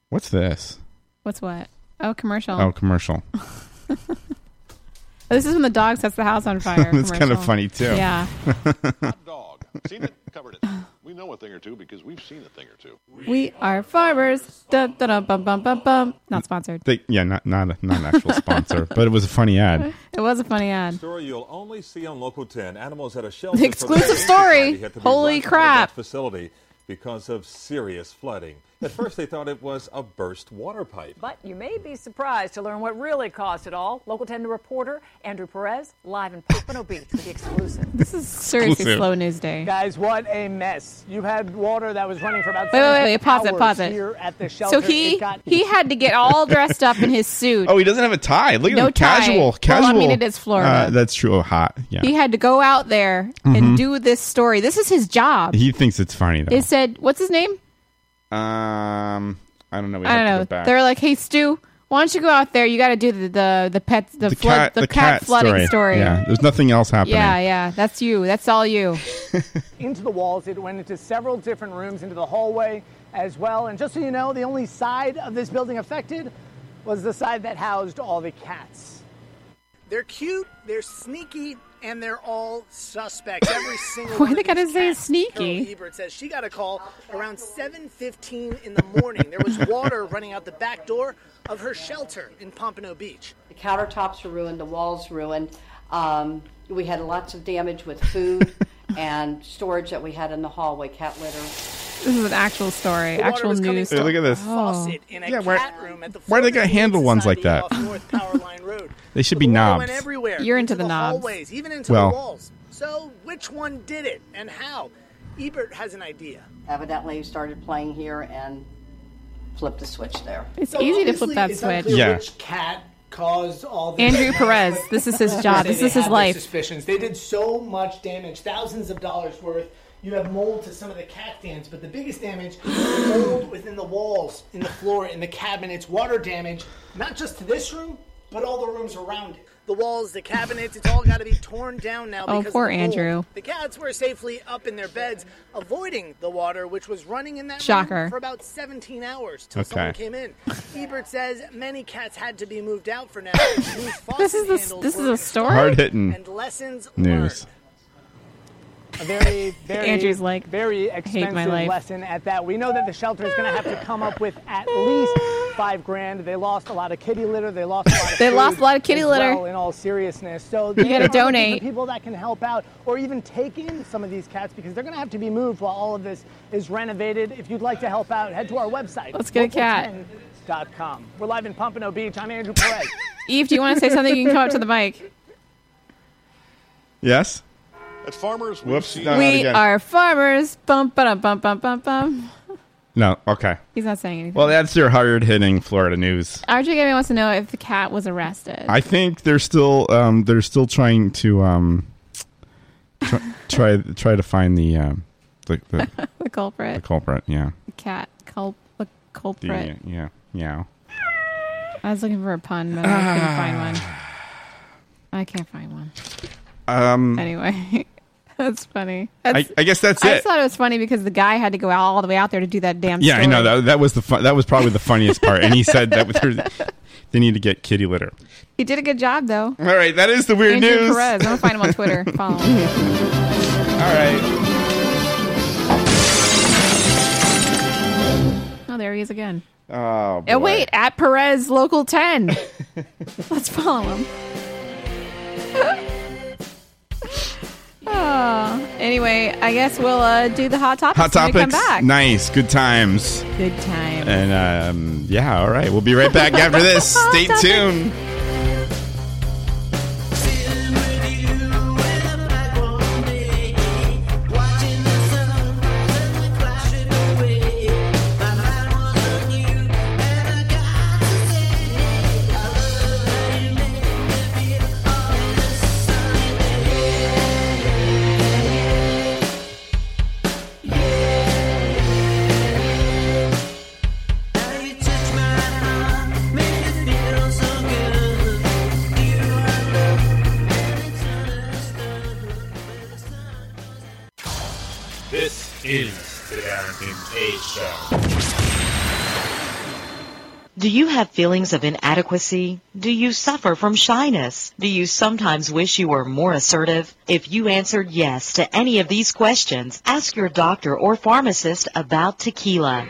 What's this?
What's what? Oh, commercial. Oh,
Oh, commercial.
This is when the dog sets the house on fire.
That's
commercial.
kind of funny too.
Yeah.
dog. Seen it, covered it. We know a thing or two because we've seen a thing or two.
we are farmers. Dun, dun, dun, bum, bum, bum, bum. Not sponsored.
They- yeah, not not a, not an actual sponsor, but it was a funny ad.
It was a funny ad.
Story you'll only see on Local 10. Animals at a shelter. for
The
the
exclusive
Humane
story.
Society had to be
Holy
run out of
crap.
that Facility because of serious flooding. At first, they thought it was a burst water pipe.
But you may be surprised to learn what really caused it all. Local 10 reporter Andrew Perez, live in Pompano Beach with the exclusive. This is
Seriously, slow news day.
Guys, what a mess. You had water that was running for about
Wait, wait,
seven
wait, wait, pause it,
hours
pause it.
here at the shelter.
So he
It got-
he had to get all dressed up in his suit.
Oh, he doesn't have a tie. Look
No
at him.
tie.
Casual.
Well, I
Casual.
mean, it is Florida.
Uh, that's true. Oh, hot. Yeah.
He
He,
had to go out there
Mhm.
and do this story. This is his job.
thinks it's funny though.
It said, "What's his name?"
um, I don't know. We
I
have to
don't
go
know.
back.
They're like, "Hey, Stu, why don't you go out there? You got to do the the the pet the, flood the, cat, flooding story."
Yeah. There's nothing else happening.
yeah, yeah. That's you. That's all you.
into the walls. It went into several different rooms, into the hallway as well. And just so you know, the only side of this building affected was the side that housed all the cats.
They're cute, they're sneaky,
and they're all suspects. Every single
Why
one
they
of these
gotta say
cats.
sneaky?
Carol Ebert says she got a call around 7:15 in the morning. there was water running out the back door of her shelter in Pompano Beach.
The countertops were ruined, the walls ruined. Um, we had lots of damage with food and storage that we had in the hallway, cat litter.
This is an actual story,
The water
actual
was coming
news.
Hey, look at this.
Oh.
Yeah, why, why do they got handle ones like that? they should be knobs.
everywhere.
You're into the knobs.
Always, even into
Well.
the walls. So, which one did it and how? Ebert has an idea.
Evidently, you started playing here and flipped the switch there.
It's easy to flip that switch.
Yeah.
cat caused all
Andrew Perez, this is his job. This is his life.
Suspicions. They did so much damage, thousands of dollars worth. You have mold to some of the cat stands, but the biggest damage is mold within the walls, in the floor, in the cabinets, water damage, not just to this room, but all the rooms around it. The walls, the cabinets, it's all got to be torn down now.
Oh,
because of
poor
the mold.
Andrew.
The cats were safely up in their beds, avoiding the water, which was running in that
Shocker.
room for about 17 hours till someone
Okay.
came in. Ebert says many cats had to be moved out for now.
This is the, this is a story.
Hard-hitting.
and lessons
News.
a very, very,
Andrew's like,
very expensive
my life.
lesson at that. We know that the shelter is going to have to come up with at least five grand. They lost a lot of kitty litter. They lost a lot of
They
food
lost a lot of kitty
as
litter.
Well, in all seriousness, so
You
they
gotta
are looking for
donate.
people that can help out or even take in some of these cats because they're going to have to be moved while all of this is renovated. If you'd like to help out, head to our website.
Let's get a cat.
local10.com. We're live in Pompano Beach. I'm Andrew Perez.
Eve, do you want to say something? You can come up to the mic.
Yes?
At farmers,
Whoops,
we see
no, Not
we
again.
are farmers. Bum bum bum bum bum bum.
No. Okay.
He's not saying anything.
Well, that's your hard hitting Florida news.
RJ Gaming wants to know if the cat was arrested.
I think they're still um, they're still trying to um, try, try try to find the um, the, the,
the culprit.
the culprit. Yeah.
The cat culp. The
The,
culprit.
yeah. Yeah.
I was looking for a pun, but I couldn't find one. I can't find one.
Um,
Anyway, that's funny.
I-
That's,
I guess that's
I
it.
just thought it was funny because the guy had to go out all the way out there to do that damn.
Yeah, I
story.
know that that was the fun, that was probably the funniest part, and he said that with her, they need to get kitty litter.
He did a good job though.
All right, that is the weird
Andrew
news.
Perez. I'm gonna find him on Twitter. Follow him.
All right,
Oh, there he is again.
oh, boy.
Oh wait, at Perez Local 10. Let's follow him. oh, anyway, I guess we'll uh, do the hot topics.
hot
when we
topics,
Come back.
nice, good times,
Good time.
and um, yeah, all right, we'll be right back after this. Stay
Topics.
tuned.
This is the Darrington A Show.
Do you have feelings of inadequacy? Do you suffer from shyness? Do you sometimes wish you were more assertive? If you answered yes to any of these questions, ask your doctor or pharmacist about tequila.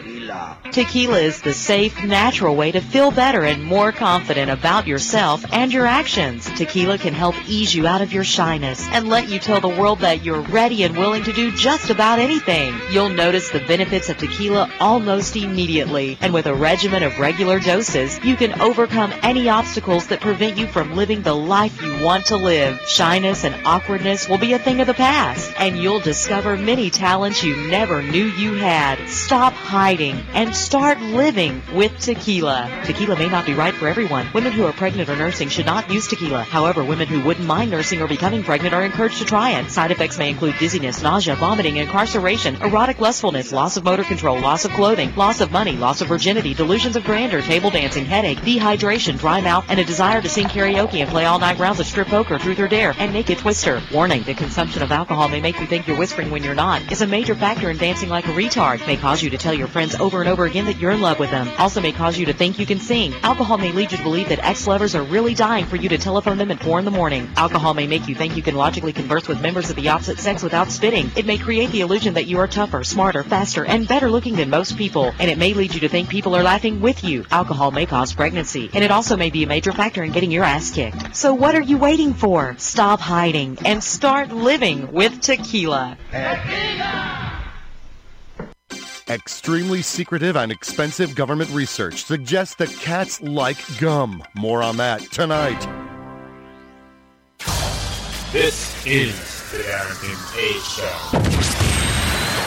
Tequila is the safe, natural way to feel better and more confident about yourself and your actions. Tequila can help ease you out of your shyness and let you tell the world that you're ready and willing to do just about anything. You'll notice the benefits of tequila almost immediately. And with a regimen of regular doses, you can overcome any obstacles that prevent you from living the life you want to live. Shyness and awkwardness will be a thing of the past, and you'll discover many talents you never knew you had. Stop hiding and start living with tequila. Tequila may not be right for everyone. Women who are pregnant or nursing should not use tequila. However, women who wouldn't mind nursing or becoming pregnant are encouraged to try it. Side effects may include dizziness, nausea, vomiting, incarceration, erotic lustfulness, loss of motor control, loss of clothing, loss of money, loss of virginity, delusions of grandeur, table dancing, headache, dehydration, dry mouth, and a desire to sing karaoke and play all night rounds of strip poker, truth or dare, and naked twister. Warning, the consumption of alcohol may make you think you're whispering when you're not. It's a major factor in dancing like a retard. May cause you to tell your friends over over and over again that you're in love with them. Also may cause you to think you can sing. Alcohol may lead you to believe that ex-lovers are really dying for you to telephone them at 4 in the morning. Alcohol may make you think you can logically converse with members of the opposite sex without spitting. It may create the illusion that you are tougher, smarter, faster, and better looking than most people. And it may lead you to think people are laughing with you. Alcohol may cause pregnancy. And it also may be a major factor in getting your ass kicked. So what are you waiting for? Stop hiding and start living with tequila.
Extremely secretive and expensive government research suggests that cats like gum. More on that tonight.
This is the Darrington A Show.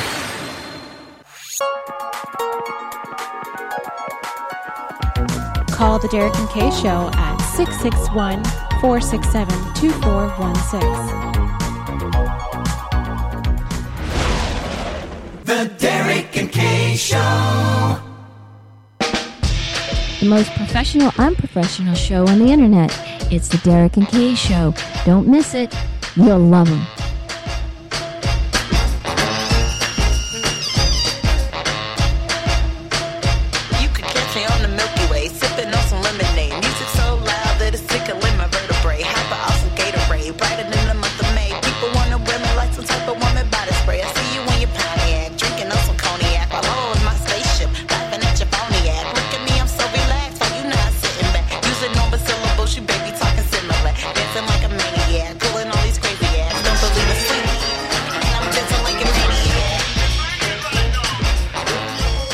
Call the Derek and Kay Show at 661 467 2416.
The Derek and Kay Show.
The most professional, unprofessional show on the internet. It's the Derek and Kay Show. Don't miss it. You'll love them.
You could catch me on the Milky Way, sipping on some lemonade. Music so loud that it's tickling my vertebrae. Hyper awesome Gatorade, brighter than the month of May. People wanna wear me like some type of woman body spray. I see you in your Pontiac, drinking on some cognac. While holding my spaceship, laughing at your phony act. Look at me, I'm so relaxed, why you not sitting back? Using normal syllables, you baby talking similar. Dancing like a maniac, pulling all these crazy ass. Don't believe a sleep. And I'm dancing like a maniac.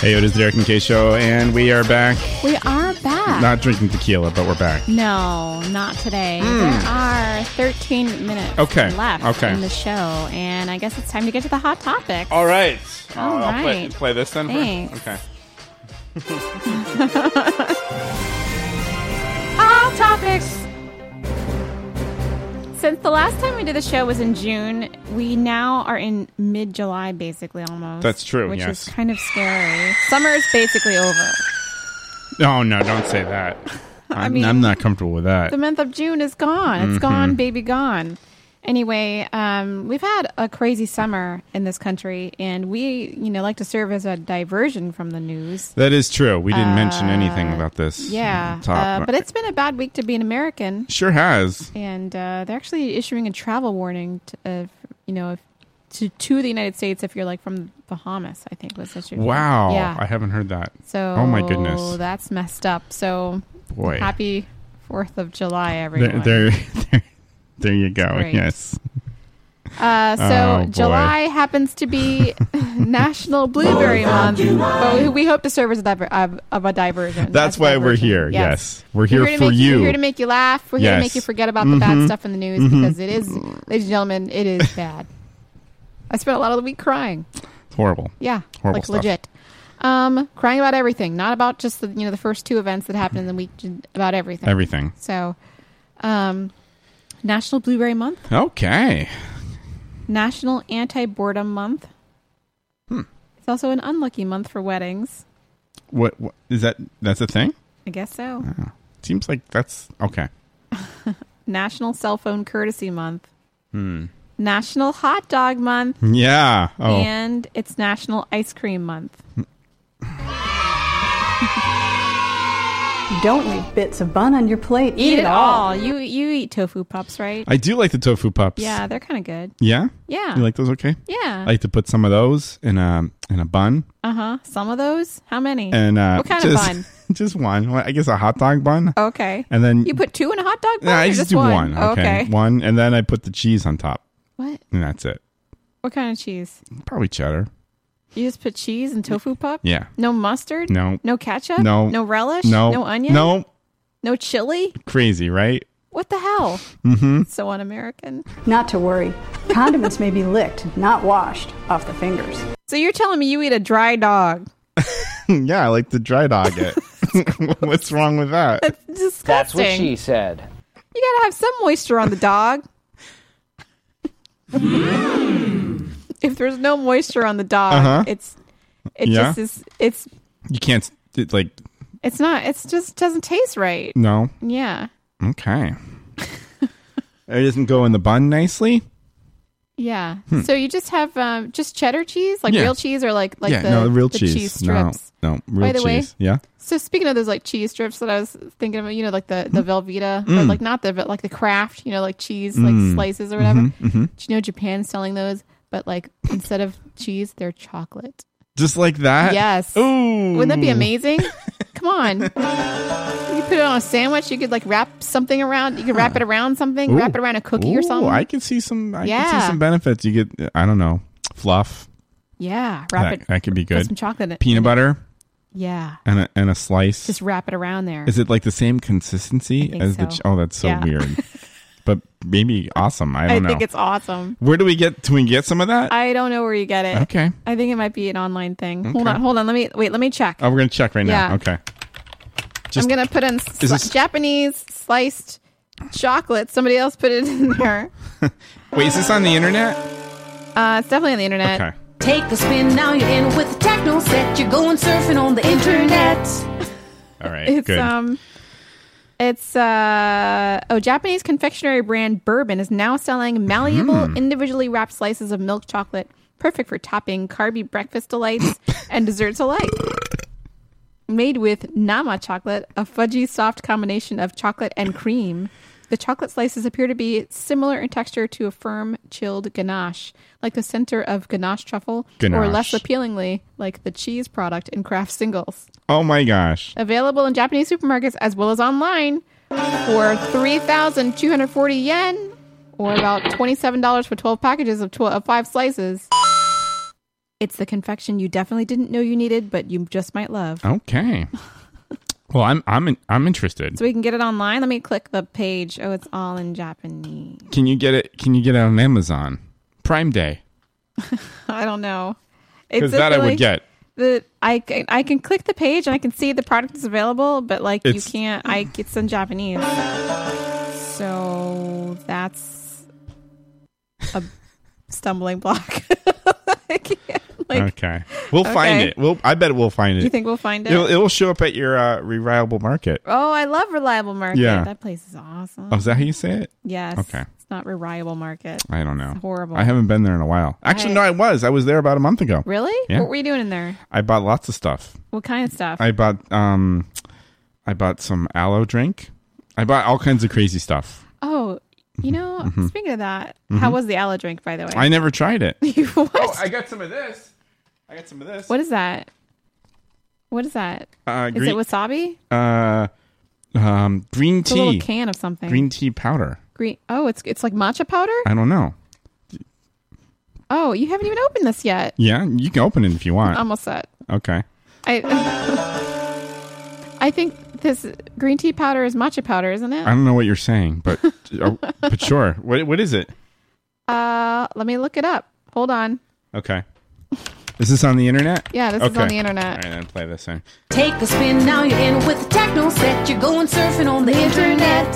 Hey, it is the Derek and Kay Show, and we are back.
We are back.
Not drinking tequila, but we're back.
no, not today. There are 13 minutes
Hmm. Okay,
left
okay.
in the show, and I guess it's time to get to the hot topic.
All right.
All
I'll play,
right.
play this then. for-
Thanks.
Okay.
Hot topics. Since the last time we did the show was in June, we now are in mid July, basically almost.
That's true,
Which
yes.
is kind of scary. Summer is basically over.
No, Oh, no, don't say that. I'm, I
mean-
am not comfortable with that.
The month of June is gone. It's
Mhm.
gone, baby, gone. Anyway, um, we've had a crazy summer in this country, and we, you know, like to serve as a diversion from the news.
That is true. We didn't mention
Uh,
anything about this.
Yeah,
top.
uh, but it's been a bad week to be an American.
sure has.
and uh, they're actually issuing a travel warning to, uh, f- you know if, to to the United States if you're like from Bahamas I think was issued
Wow,
yeah
I haven't heard that.
so
oh my goodness,
that's messed up so
Boy.
happy Fourth of July
there,
everyone
there, there, there you go.
Great.
Yes,
Uh, so
Oh, boy.
July happens to be National Blueberry Month but we- we hope to serve as a diver- of, of a diversion
that's why we're here.
Yes.
Yes, we're here,
to
for
make,
you.
We're here to make you laugh. We're here to
Yes.
make you forget about the bad
Mhm.
stuff in the news
Mhm.
because it is, ladies and gentlemen, it is bad. I spent a lot of the week crying.
It's horrible.
Yeah,
horrible
like
stuff.
legit. Um, crying about everything, not about just the you know the first two events that happened in the week, j- about everything.
Everything.
So, um, National Blueberry Month,
Okay,
National Anti Boredom Month.
Hmm.
It's also an unlucky month for weddings.
what, what is that? That's a thing.
I guess so.
Oh, seems like that's okay.
National Cell Phone Courtesy Month.
Hmm.
National Hot Dog Month.
Yeah. Oh,
And it's National Ice Cream Month.
Don't leave bits of bun on your plate.
Eat, it all. You you eat tofu pups, right?
I do like the tofu pups.
Yeah, they're kind of good.
Yeah.
Yeah.
You like those? Okay.
Yeah.
I like to put some of those in a in a bun.
Uh huh. Some of those. How many?
and uh,
what kind
just,
of bun?
Just one. Well, I guess a hot dog bun.
Okay.
And then
you put two in a hot dog. Bun
Yeah, I
or
just, do one.
Oh,
Okay.
okay.
One, and then I put the cheese on top,
What?
and that's it.
What kind of cheese?
Probably cheddar.
You just put cheese and tofu pup.
Yeah.
No mustard.
No.
No ketchup.
No.
No relish.
No.
No onion.
No.
No chili.
Crazy, right?
What the hell?
Mm-hmm.
So un-American.
Not to worry. Condiments may be licked, not washed, off the fingers.
So you're telling me you eat a dry dog?
yeah, I like to dry dog it. What's wrong with that?
Disgusting.
said.
You gotta have some moisture on the dog. if there's no moisture on the dog,
Uh-huh.
it's it
Yeah.
just is it's
You can't. s- It, like
it's not it's just doesn't taste right.
no.
Yeah.
Okay. it doesn't go in the bun nicely.
Yeah.
Hmm.
So you just have um, just cheddar cheese, like
Yeah.
real cheese, or like like
yeah,
the,
no, real
the
cheese.
cheese. strips.
No, no, real
By the way,
cheese. yeah.
So speaking of those like cheese strips that I was thinking of, you know, like the the Velveeta, or
Mm.
like not the but like the craft, you know, like cheese
Mm.
like slices or whatever.
Mhm, mhm.
Do you know Japan's selling those? But like instead of cheese, they're chocolate.
Just like that.
yes.
Ooh.
Wouldn't that be amazing? Come on. you put it on a sandwich. You could like wrap something around. You could wrap it around something.
Ooh.
Wrap it around a cookie or
Ooh,
something.
I can see some. I can
Yeah.
see some benefits. You get. I don't know. Fluff.
Yeah. Wrap
that,
it.
That could be
put
good.
some chocolate in it.
Peanut butter
Yeah.
and a, and a slice.
Just wrap it around there.
Is it like the same consistency
think
as the?
so.
Ch- oh, that's so
Yeah.
weird. but maybe awesome. I
I,
don't know.
think it's awesome.
Where do we get? Do we get some of that?
I don't know where you get it.
Okay.
I think it might be an online thing. Hold
Okay.
on. Hold on. Let me wait. Let me check.
oh, we're gonna check right now.
Yeah.
Okay. Just-
I'm gonna put in sli-
this-
Japanese sliced chocolate. Somebody else put it in there.
Wait, is this on the internet?
Uh, it's definitely on the internet.
Okay.
Take a spin, now you're in with a techno set. You're going surfing on the internet.
All right.
It's
good.
um, it's uh oh, Japanese confectionery brand Bourbon is now selling malleable,
Mhm.
individually wrapped slices of milk chocolate, perfect for topping carby breakfast delights and desserts alike. Made with Nama chocolate, a fudgy soft combination of chocolate and cream. The chocolate slices appear to be similar in texture to a firm, chilled ganache, like the center of ganache truffle, or less
Ganache.
appealingly, like the cheese product in Kraft singles.
oh my gosh.
Available in Japanese supermarkets as well as online for 3,240 yen or about $27 for 12 packages of, 12, of five slices. It's the confection you definitely didn't know you needed, but you just might
Oh.
love.
Okay. well, I'm I'm in, I'm interested.
So we can get it online. Let me click the page. Oh, it's all in Japanese.
Can you get it? Can you get it on Amazon Prime Day?
I don't know.
Because
just
that I
really-
would get.
The I can I can click the page and I can see the product is available, but like
It's-
you can't. I it's in Japanese, so that's a stumbling block. I can't. Like,
okay. We'll find
okay.
it. We'll. I bet we'll find it.
You think we'll find it?
It'll, it'll show up at your uh, reliable market.
oh, I love Reliable Market.
Yeah.
that place is awesome.
Oh, is that how you say it?
Yes.
Okay.
It's not Reliable Market.
I don't know.
It's horrible.
I haven't been there in a while. Actually, no, I was. I was there about a month ago.
Really?
Yeah.
What were you doing in there?
I bought lots of stuff.
What kind of stuff?
I bought um, I bought some aloe drink. I bought all kinds of crazy stuff.
oh, you know,
Mhm.
speaking of that, how
Mhm.
was the aloe drink, by the way?
I never tried it.
what?
Oh, I got some of this. I got some of this.
What is that? What is that?
Uh,
Is
green-
it wasabi?
Uh, um, green
It's
tea.
a little can of something.
Green tea powder.
Green. Oh, it's it's like matcha powder.
I don't know.
Oh, you haven't even opened this yet.
Yeah, you can open it if you want.
Almost set.
okay.
I. I think this green tea powder is matcha powder, isn't
I
it?
don't know what you're saying, but oh, but sure. What what is it?
Uh, let me look it up. Hold on.
Okay. Is this on the internet?
Yeah, this is on the internet.
All right, then play this in.
Take a spin, now you're in with a techno set. You're going surfing on the internet.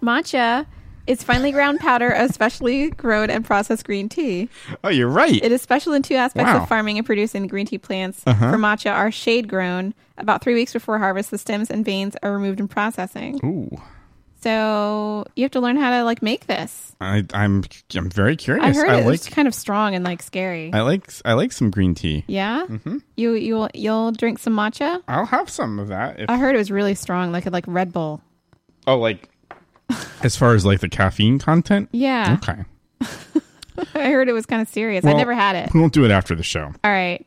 Matcha is finely ground powder of specially grown and processed green tea.
Oh, you're right.
It is special in two aspects
Wow.
of farming and producing the green tea plants
Uh-huh.
for matcha are shade grown. About three weeks before harvest, the stems and veins are removed in processing.
Ooh,
So you have to learn how to like make this.
I, I'm I'm very curious.
I heard it
like
was kind of strong and like scary.
I like I like some green tea.
yeah,
Mhm.
you you'll you'll drink some matcha.
I'll have some of that. If,
I heard it was really strong, like like Red Bull.
oh, like as far as like the caffeine content.
Yeah.
Okay.
I heard it was kind of serious. I
Well,
never had it.
We'll do it after the show.
All right.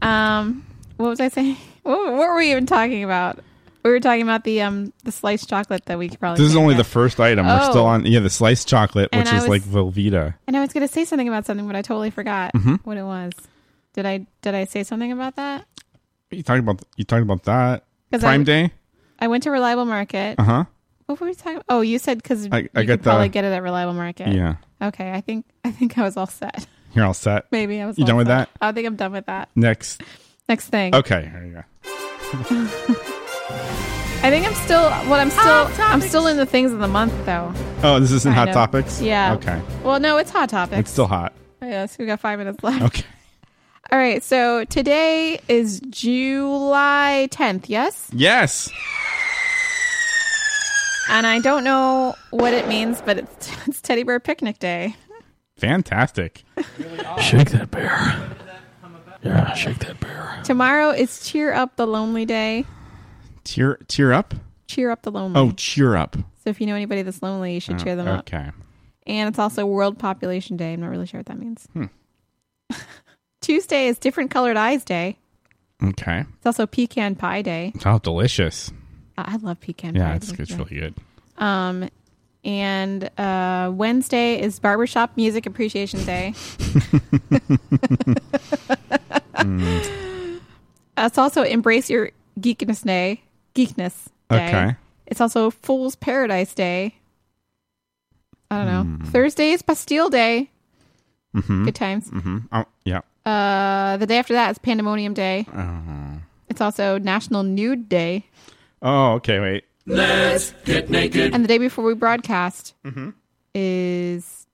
Um, what was I saying? What, what were we even talking about? We were talking about the um the sliced chocolate that we could probably.
This is
get.
only the first item. We're still
Oh.
on yeah the sliced chocolate,
And
which
I
is
was-
like Velveeta.
And I was going to say something about something, but I totally forgot
Mhm.
what it was. Did I did I say something about that?
You talking about you talking about that
'Cause I-
Prime Day?
I went to Reliable Market.
Uh huh.
What were we talking? Oh, you said because
I-
you
I
could
got the-
probably get it at Reliable Market.
Yeah.
Okay, I think I think I was all set.
You're all set.
Maybe I was.
You
all
done with
set.
that?
I think I'm done with that.
Next.
Next thing.
Okay. Here you go.
I think I'm still. What I'm still. I'm still in the things of the month though.
Oh, this isn't
Kind
hot
of.
topics.
Yeah.
Okay.
Well, no, it's hot topics.
It's still hot.
Yes, we got five minutes left.
Okay.
All right. So today is July 10th. Yes.
Yes.
And I don't know what it means, but it's, it's Teddy Bear Picnic Day.
Fantastic.
Shake that bear. Yeah, shake that bear.
Tomorrow is Cheer Up the Lonely Day.
Tear tear up?
Cheer Up the Lonely.
Oh, cheer up.
So if you know anybody that's lonely, you should
Oh,
cheer them up.
Okay.
And it's also World Population Day. I'm not really sure what that means.
Hmm.
Tuesday is Different Colored Eyes Day.
Okay.
It's also Pecan Pie Day.
Oh, delicious.
I I love pecan pie.
Yeah, it's,
Like
it's
that.
really good.
Um, and uh, Wednesday is Barbershop Music Appreciation Day. Uh, It's also Embrace Your Geekness Day. Geekness Day.
Okay.
It's also Fool's Paradise Day. I don't know. Thursday is Bastille Day.
Hmm. Mm-hmm.
Good times.
Mm-hmm. Oh, yeah.
Uh, the day after that is Pandemonium Day.
Oh.
It's also National Nude Day.
oh, okay, wait.
Let's get naked.
And the day before we broadcast
Mhm.
is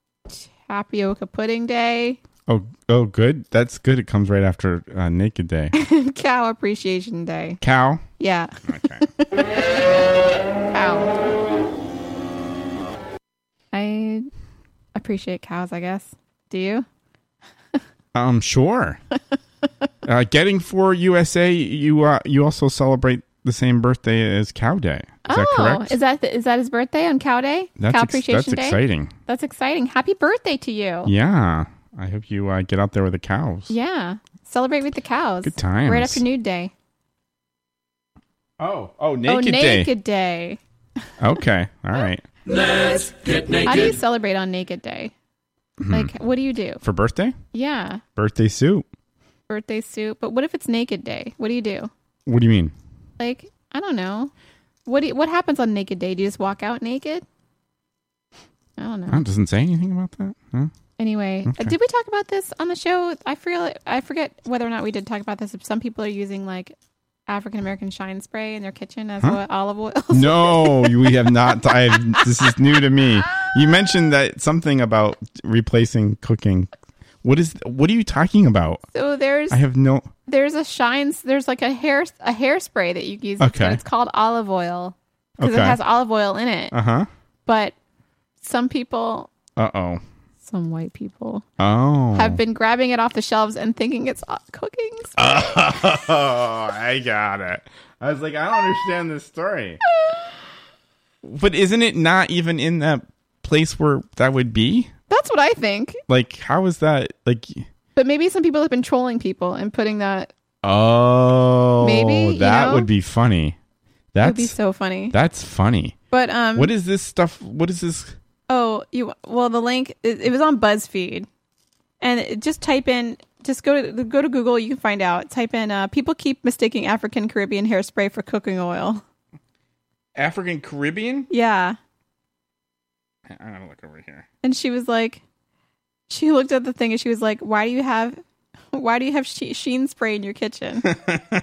Tapioca Pudding Day,
Oh, oh, good. That's good. It comes right after uh, Naked Day.
and Cow Appreciation Day.
Cow.
Yeah.
Okay.
Cow. I appreciate cows, I guess. Do you?
Um, sure. uh, getting for USA, you uh, you also celebrate the same birthday as Cow Day. Is that correct?
Oh, is that the, is that his birthday on Cow Day?
That's
cow
ex- that's exciting.
That's exciting. Happy birthday to you.
yeah. I hope you uh, get out there with the cows.
Yeah. Celebrate with the cows.
Good times.
Right after Nude Day.
Oh, oh,
oh,
Naked Day.
Naked Day.
Okay. All right.
Let's get
How do you
naked.
celebrate on Naked Day?
Hmm.
Like, what do you do?
for birthday?
Yeah,
Birthday suit.
birthday suit. But what if it's Naked Day? What do you do?
What do you mean?
Like, I don't know. What do you, what happens on Naked Day? Do you just walk out naked? I don't know.
Oh, it doesn't say anything about that. Huh?
Anyway,
Okay.
uh, did we talk about this on the show? I feel I forget whether or not we did talk about this. Some people are using like African American shine spray in their kitchen as
Huh?
well, olive oil.
No, you- we have not. I this is new to me. You mentioned that something about replacing cooking. What is? What are you talking about?
So there's
I have no.
there's a shines there's like a hair a hairspray that you use. It's-
Okay.
it's called olive oil because it
Okay.
has olive oil in it.
Uh huh.
But some people,
Uh oh.
some white people,
Oh.
have been grabbing it off the shelves and thinking it's uh, cooking.
Oh, I got it. I was like, I don't understand this story. But isn't it not even in that place where that would be?
That's what I think.
Like, how is that? Like,
But maybe some people have been trolling people and putting that.
oh,
Maybe, you
that
know?
would be funny.
That
That's
would be so funny.
That's funny.
but um,
what is this stuff? What is this?
Oh, you well the link it, it was on BuzzFeed, and it, just type in just go to go to Google. You can find out. Type in uh, people keep mistaking African Caribbean hairspray for cooking oil.
African Caribbean?
Yeah,
I'm gonna look over here.
and she was like, she looked at the thing and she was like, why do you have, why do you have she- sheen spray in your kitchen?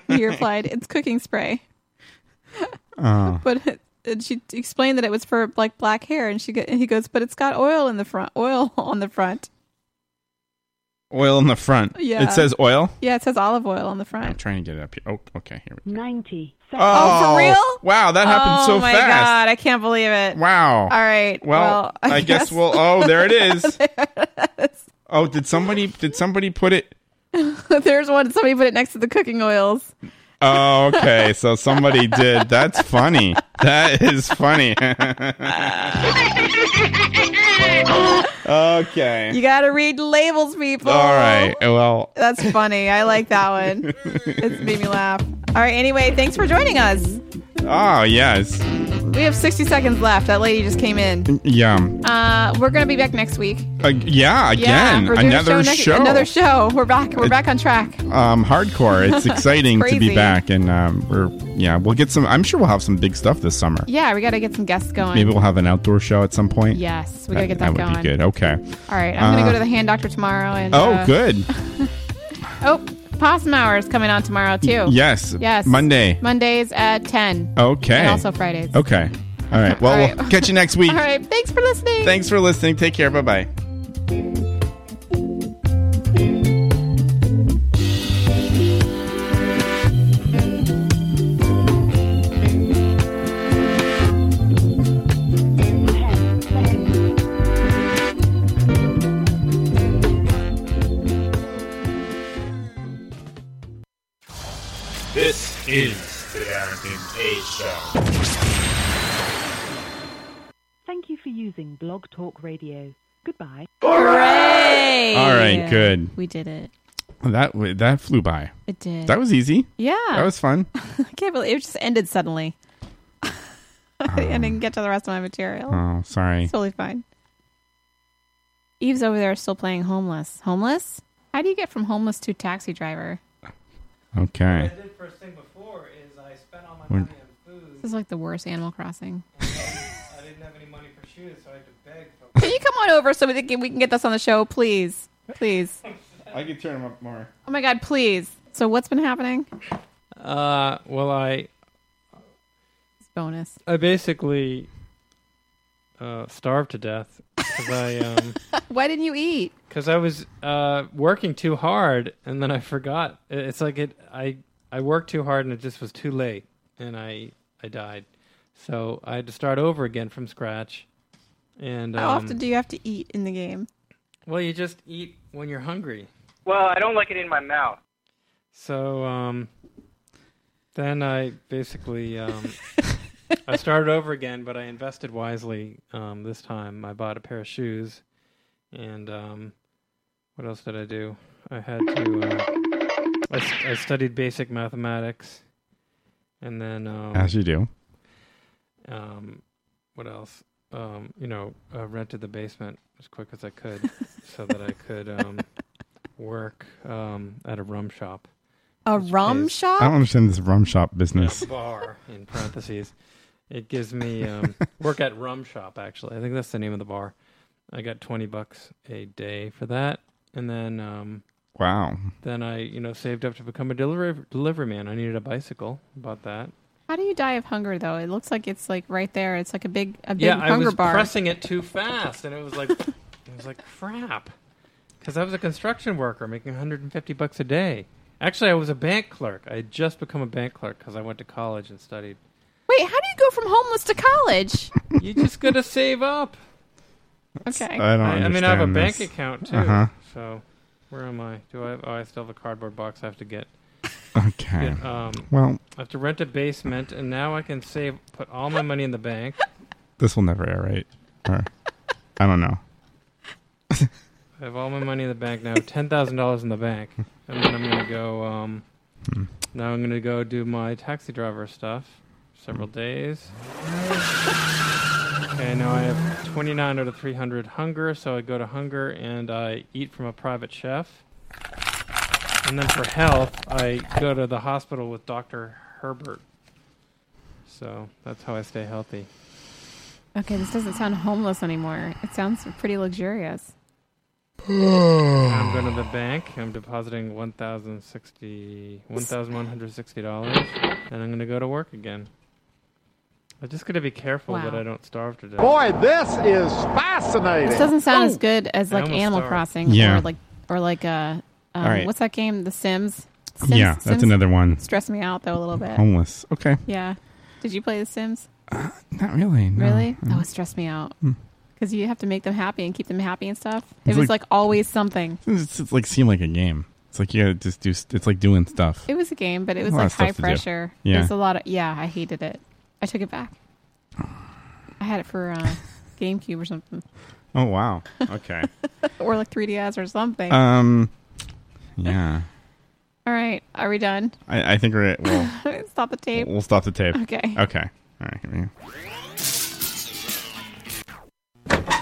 he replied, it's cooking spray.
Oh,
But and she explained that it was for like black hair, and she go- and he goes, but it's got oil in the front, oil on the front.
oil in the front.
Yeah,
It says oil.
Yeah, it says olive oil on the front.
I'm trying to get it up here. Oh, okay. Here we go.
Ninety.
Oh,
Oh, for real?
Wow, that happened
oh,
so
my
fast.
god, I can't believe it.
Wow.
All right.
Well, I, guess, we'll. Oh, there it is. oh, did somebody? Did somebody put it?
There's one. Somebody put it next to the cooking oils.
Oh, okay. So somebody did. That's funny. That is funny. okay.
You got to read labels, people.
All right. Well.
That's funny. I like that one. it's made me laugh. All right. Anyway, thanks for joining us.
Oh yes.
We have 60 seconds left. That lady just came in.
Yum.
Uh, we're gonna be back next week.
Uh, yeah. Again.
we're doing a
another show.
next- Another show. We're back. We're back on track.
um, hardcore. It's exciting to
Crazy.
be back, and um, we're yeah, we'll get some. I'm sure we'll have some big stuff this summer.
Yeah, we gotta get some guests going.
Maybe we'll have an outdoor show at some point.
Yes, we gotta get that
That would
going.
be good. Okay.
All right, I'm gonna
Uh,
go to the hand doctor tomorrow. And
Oh,
uh,
good.
Oh, Possum Hour is coming on tomorrow too.
Yes.
Yes.
Monday.
Mondays at ten.
Okay.
And also Fridays.
Okay. All right. Well,
All right.
we'll catch you next week.
All right. Thanks for listening.
Thanks for listening. Take care. Bye bye.
This is the Darrington K Show.
Thank you for using Blog Talk Radio. Goodbye.
Hooray!
All right, good.
We did it.
That w- that flew by.
It did.
That was easy.
Yeah.
That was fun.
I can't believe it just ended suddenly. I didn't get to the rest of my material.
Um, Oh, sorry.
It's totally fine. Eve's over there still playing homeless. Homeless? How do you get from homeless to taxi driver?
Okay.
did first thing before is I spent all my
We're-
money on food.
This is like the worst Animal Crossing.
I didn't have any money for shoes, so I had to beg.
Can you come on over so we can, we can get this on the show, please? Please.
I could turn him up more.
Oh my God, please. So, what's been happening?
Uh, well, I
It's bonus.
I basically uh, starved to death because I um
Why didn't you eat?
because I was uh working too hard and then I forgot. It- It's like it I I worked too hard and it just was too late and I I died. So I had to start over again from scratch. And um,
How often do you have to eat in the game?
well, you just eat when you're hungry.
Well, I don't like it in my mouth.
So um, then I basically um, I started over again, but I invested wisely um, this time. I bought a pair of shoes, and um, what else did I do? I had to uh, I, s- I studied basic mathematics, and then um,
As you do.
um, what else? Um, you know, uh, rented the basement as quick as I could so that I could um, work um, at a rum shop.
A rum shop?
I don't understand this rum shop business.
Bar in parentheses. It gives me um, work at rum shop. Actually, I think that's the name of the bar. I got twenty bucks a day for that, and then um,
Wow.
then I you know saved up to become a delivery delivery man. I needed a bicycle. Bought that.
How do you die of hunger though? It looks like it's like right there. It's like a big a big
yeah, I
hunger
was
bar.
pressing it too fast, and it was like it was like crap. Because I was a construction worker making 150 bucks a day. Actually, I was a bank clerk. I had just become a bank clerk because I went to college and studied.
Wait, how do you go from homeless to college?
You just gotta save up.
Okay.
I don't
I, mean, I have a
understand this.
bank account too.
Uh-huh.
So, where am I? Do I? Have, oh, I still have a cardboard box. I have to get.
Okay.
get, um,
Well-
I have to rent a basement, and now I can save, put all my money in the bank.
This will never air, right? Or, I don't know.
I have all my money in the bank now. Ten thousand dollars in the bank, and then I'm gonna go. Um, Now I'm gonna go do my taxi driver stuff. Several days. okay, now I have twenty nine out of three hundred hunger, so I go to hunger and I eat from a private chef. And then for health, I go to the hospital with Doctor Herbert. So that's how I stay healthy.
Okay, this doesn't sound homeless anymore. It sounds pretty luxurious.
I'm going to the bank. I'm depositing one thousand sixty, one thousand one hundred sixty dollars, and I'm going to go to work again. I'm just going to be careful that
Wow.
I don't starve to death.
Boy, this is fascinating.
This doesn't sound as good as
I
like
almost
Animal
starved.
Crossing
Oh. Yeah.
or like or like uh um,
All right.
what's that game? The Sims. Sims
Yeah, that's
Sims
another one.
Stressed me out though a little bit.
Homeless. Okay.
Yeah. Did you play The Sims?
Not really. no. Mm-hmm.
Really? Oh, it stressed me out.
Hmm.
Because you have to make them happy and keep them happy and stuff.
It's
it was
like-
like always something.
It's, it's like seem like a game. It's like you gotta just do. It's like doing stuff.
It was a game, but it was
A lot
like
of stuff
high
to do.
pressure.
Yeah.
It was a lot of yeah, I hated it. I took it back. I had it for uh, GameCube or something.
Oh wow. Okay.
or like 3DS or something.
um. Yeah.
All right, are we done?
I, I think we're at, well.
Stop the tape.
We'll stop the tape.
Okay.
Okay. All right. Here we go.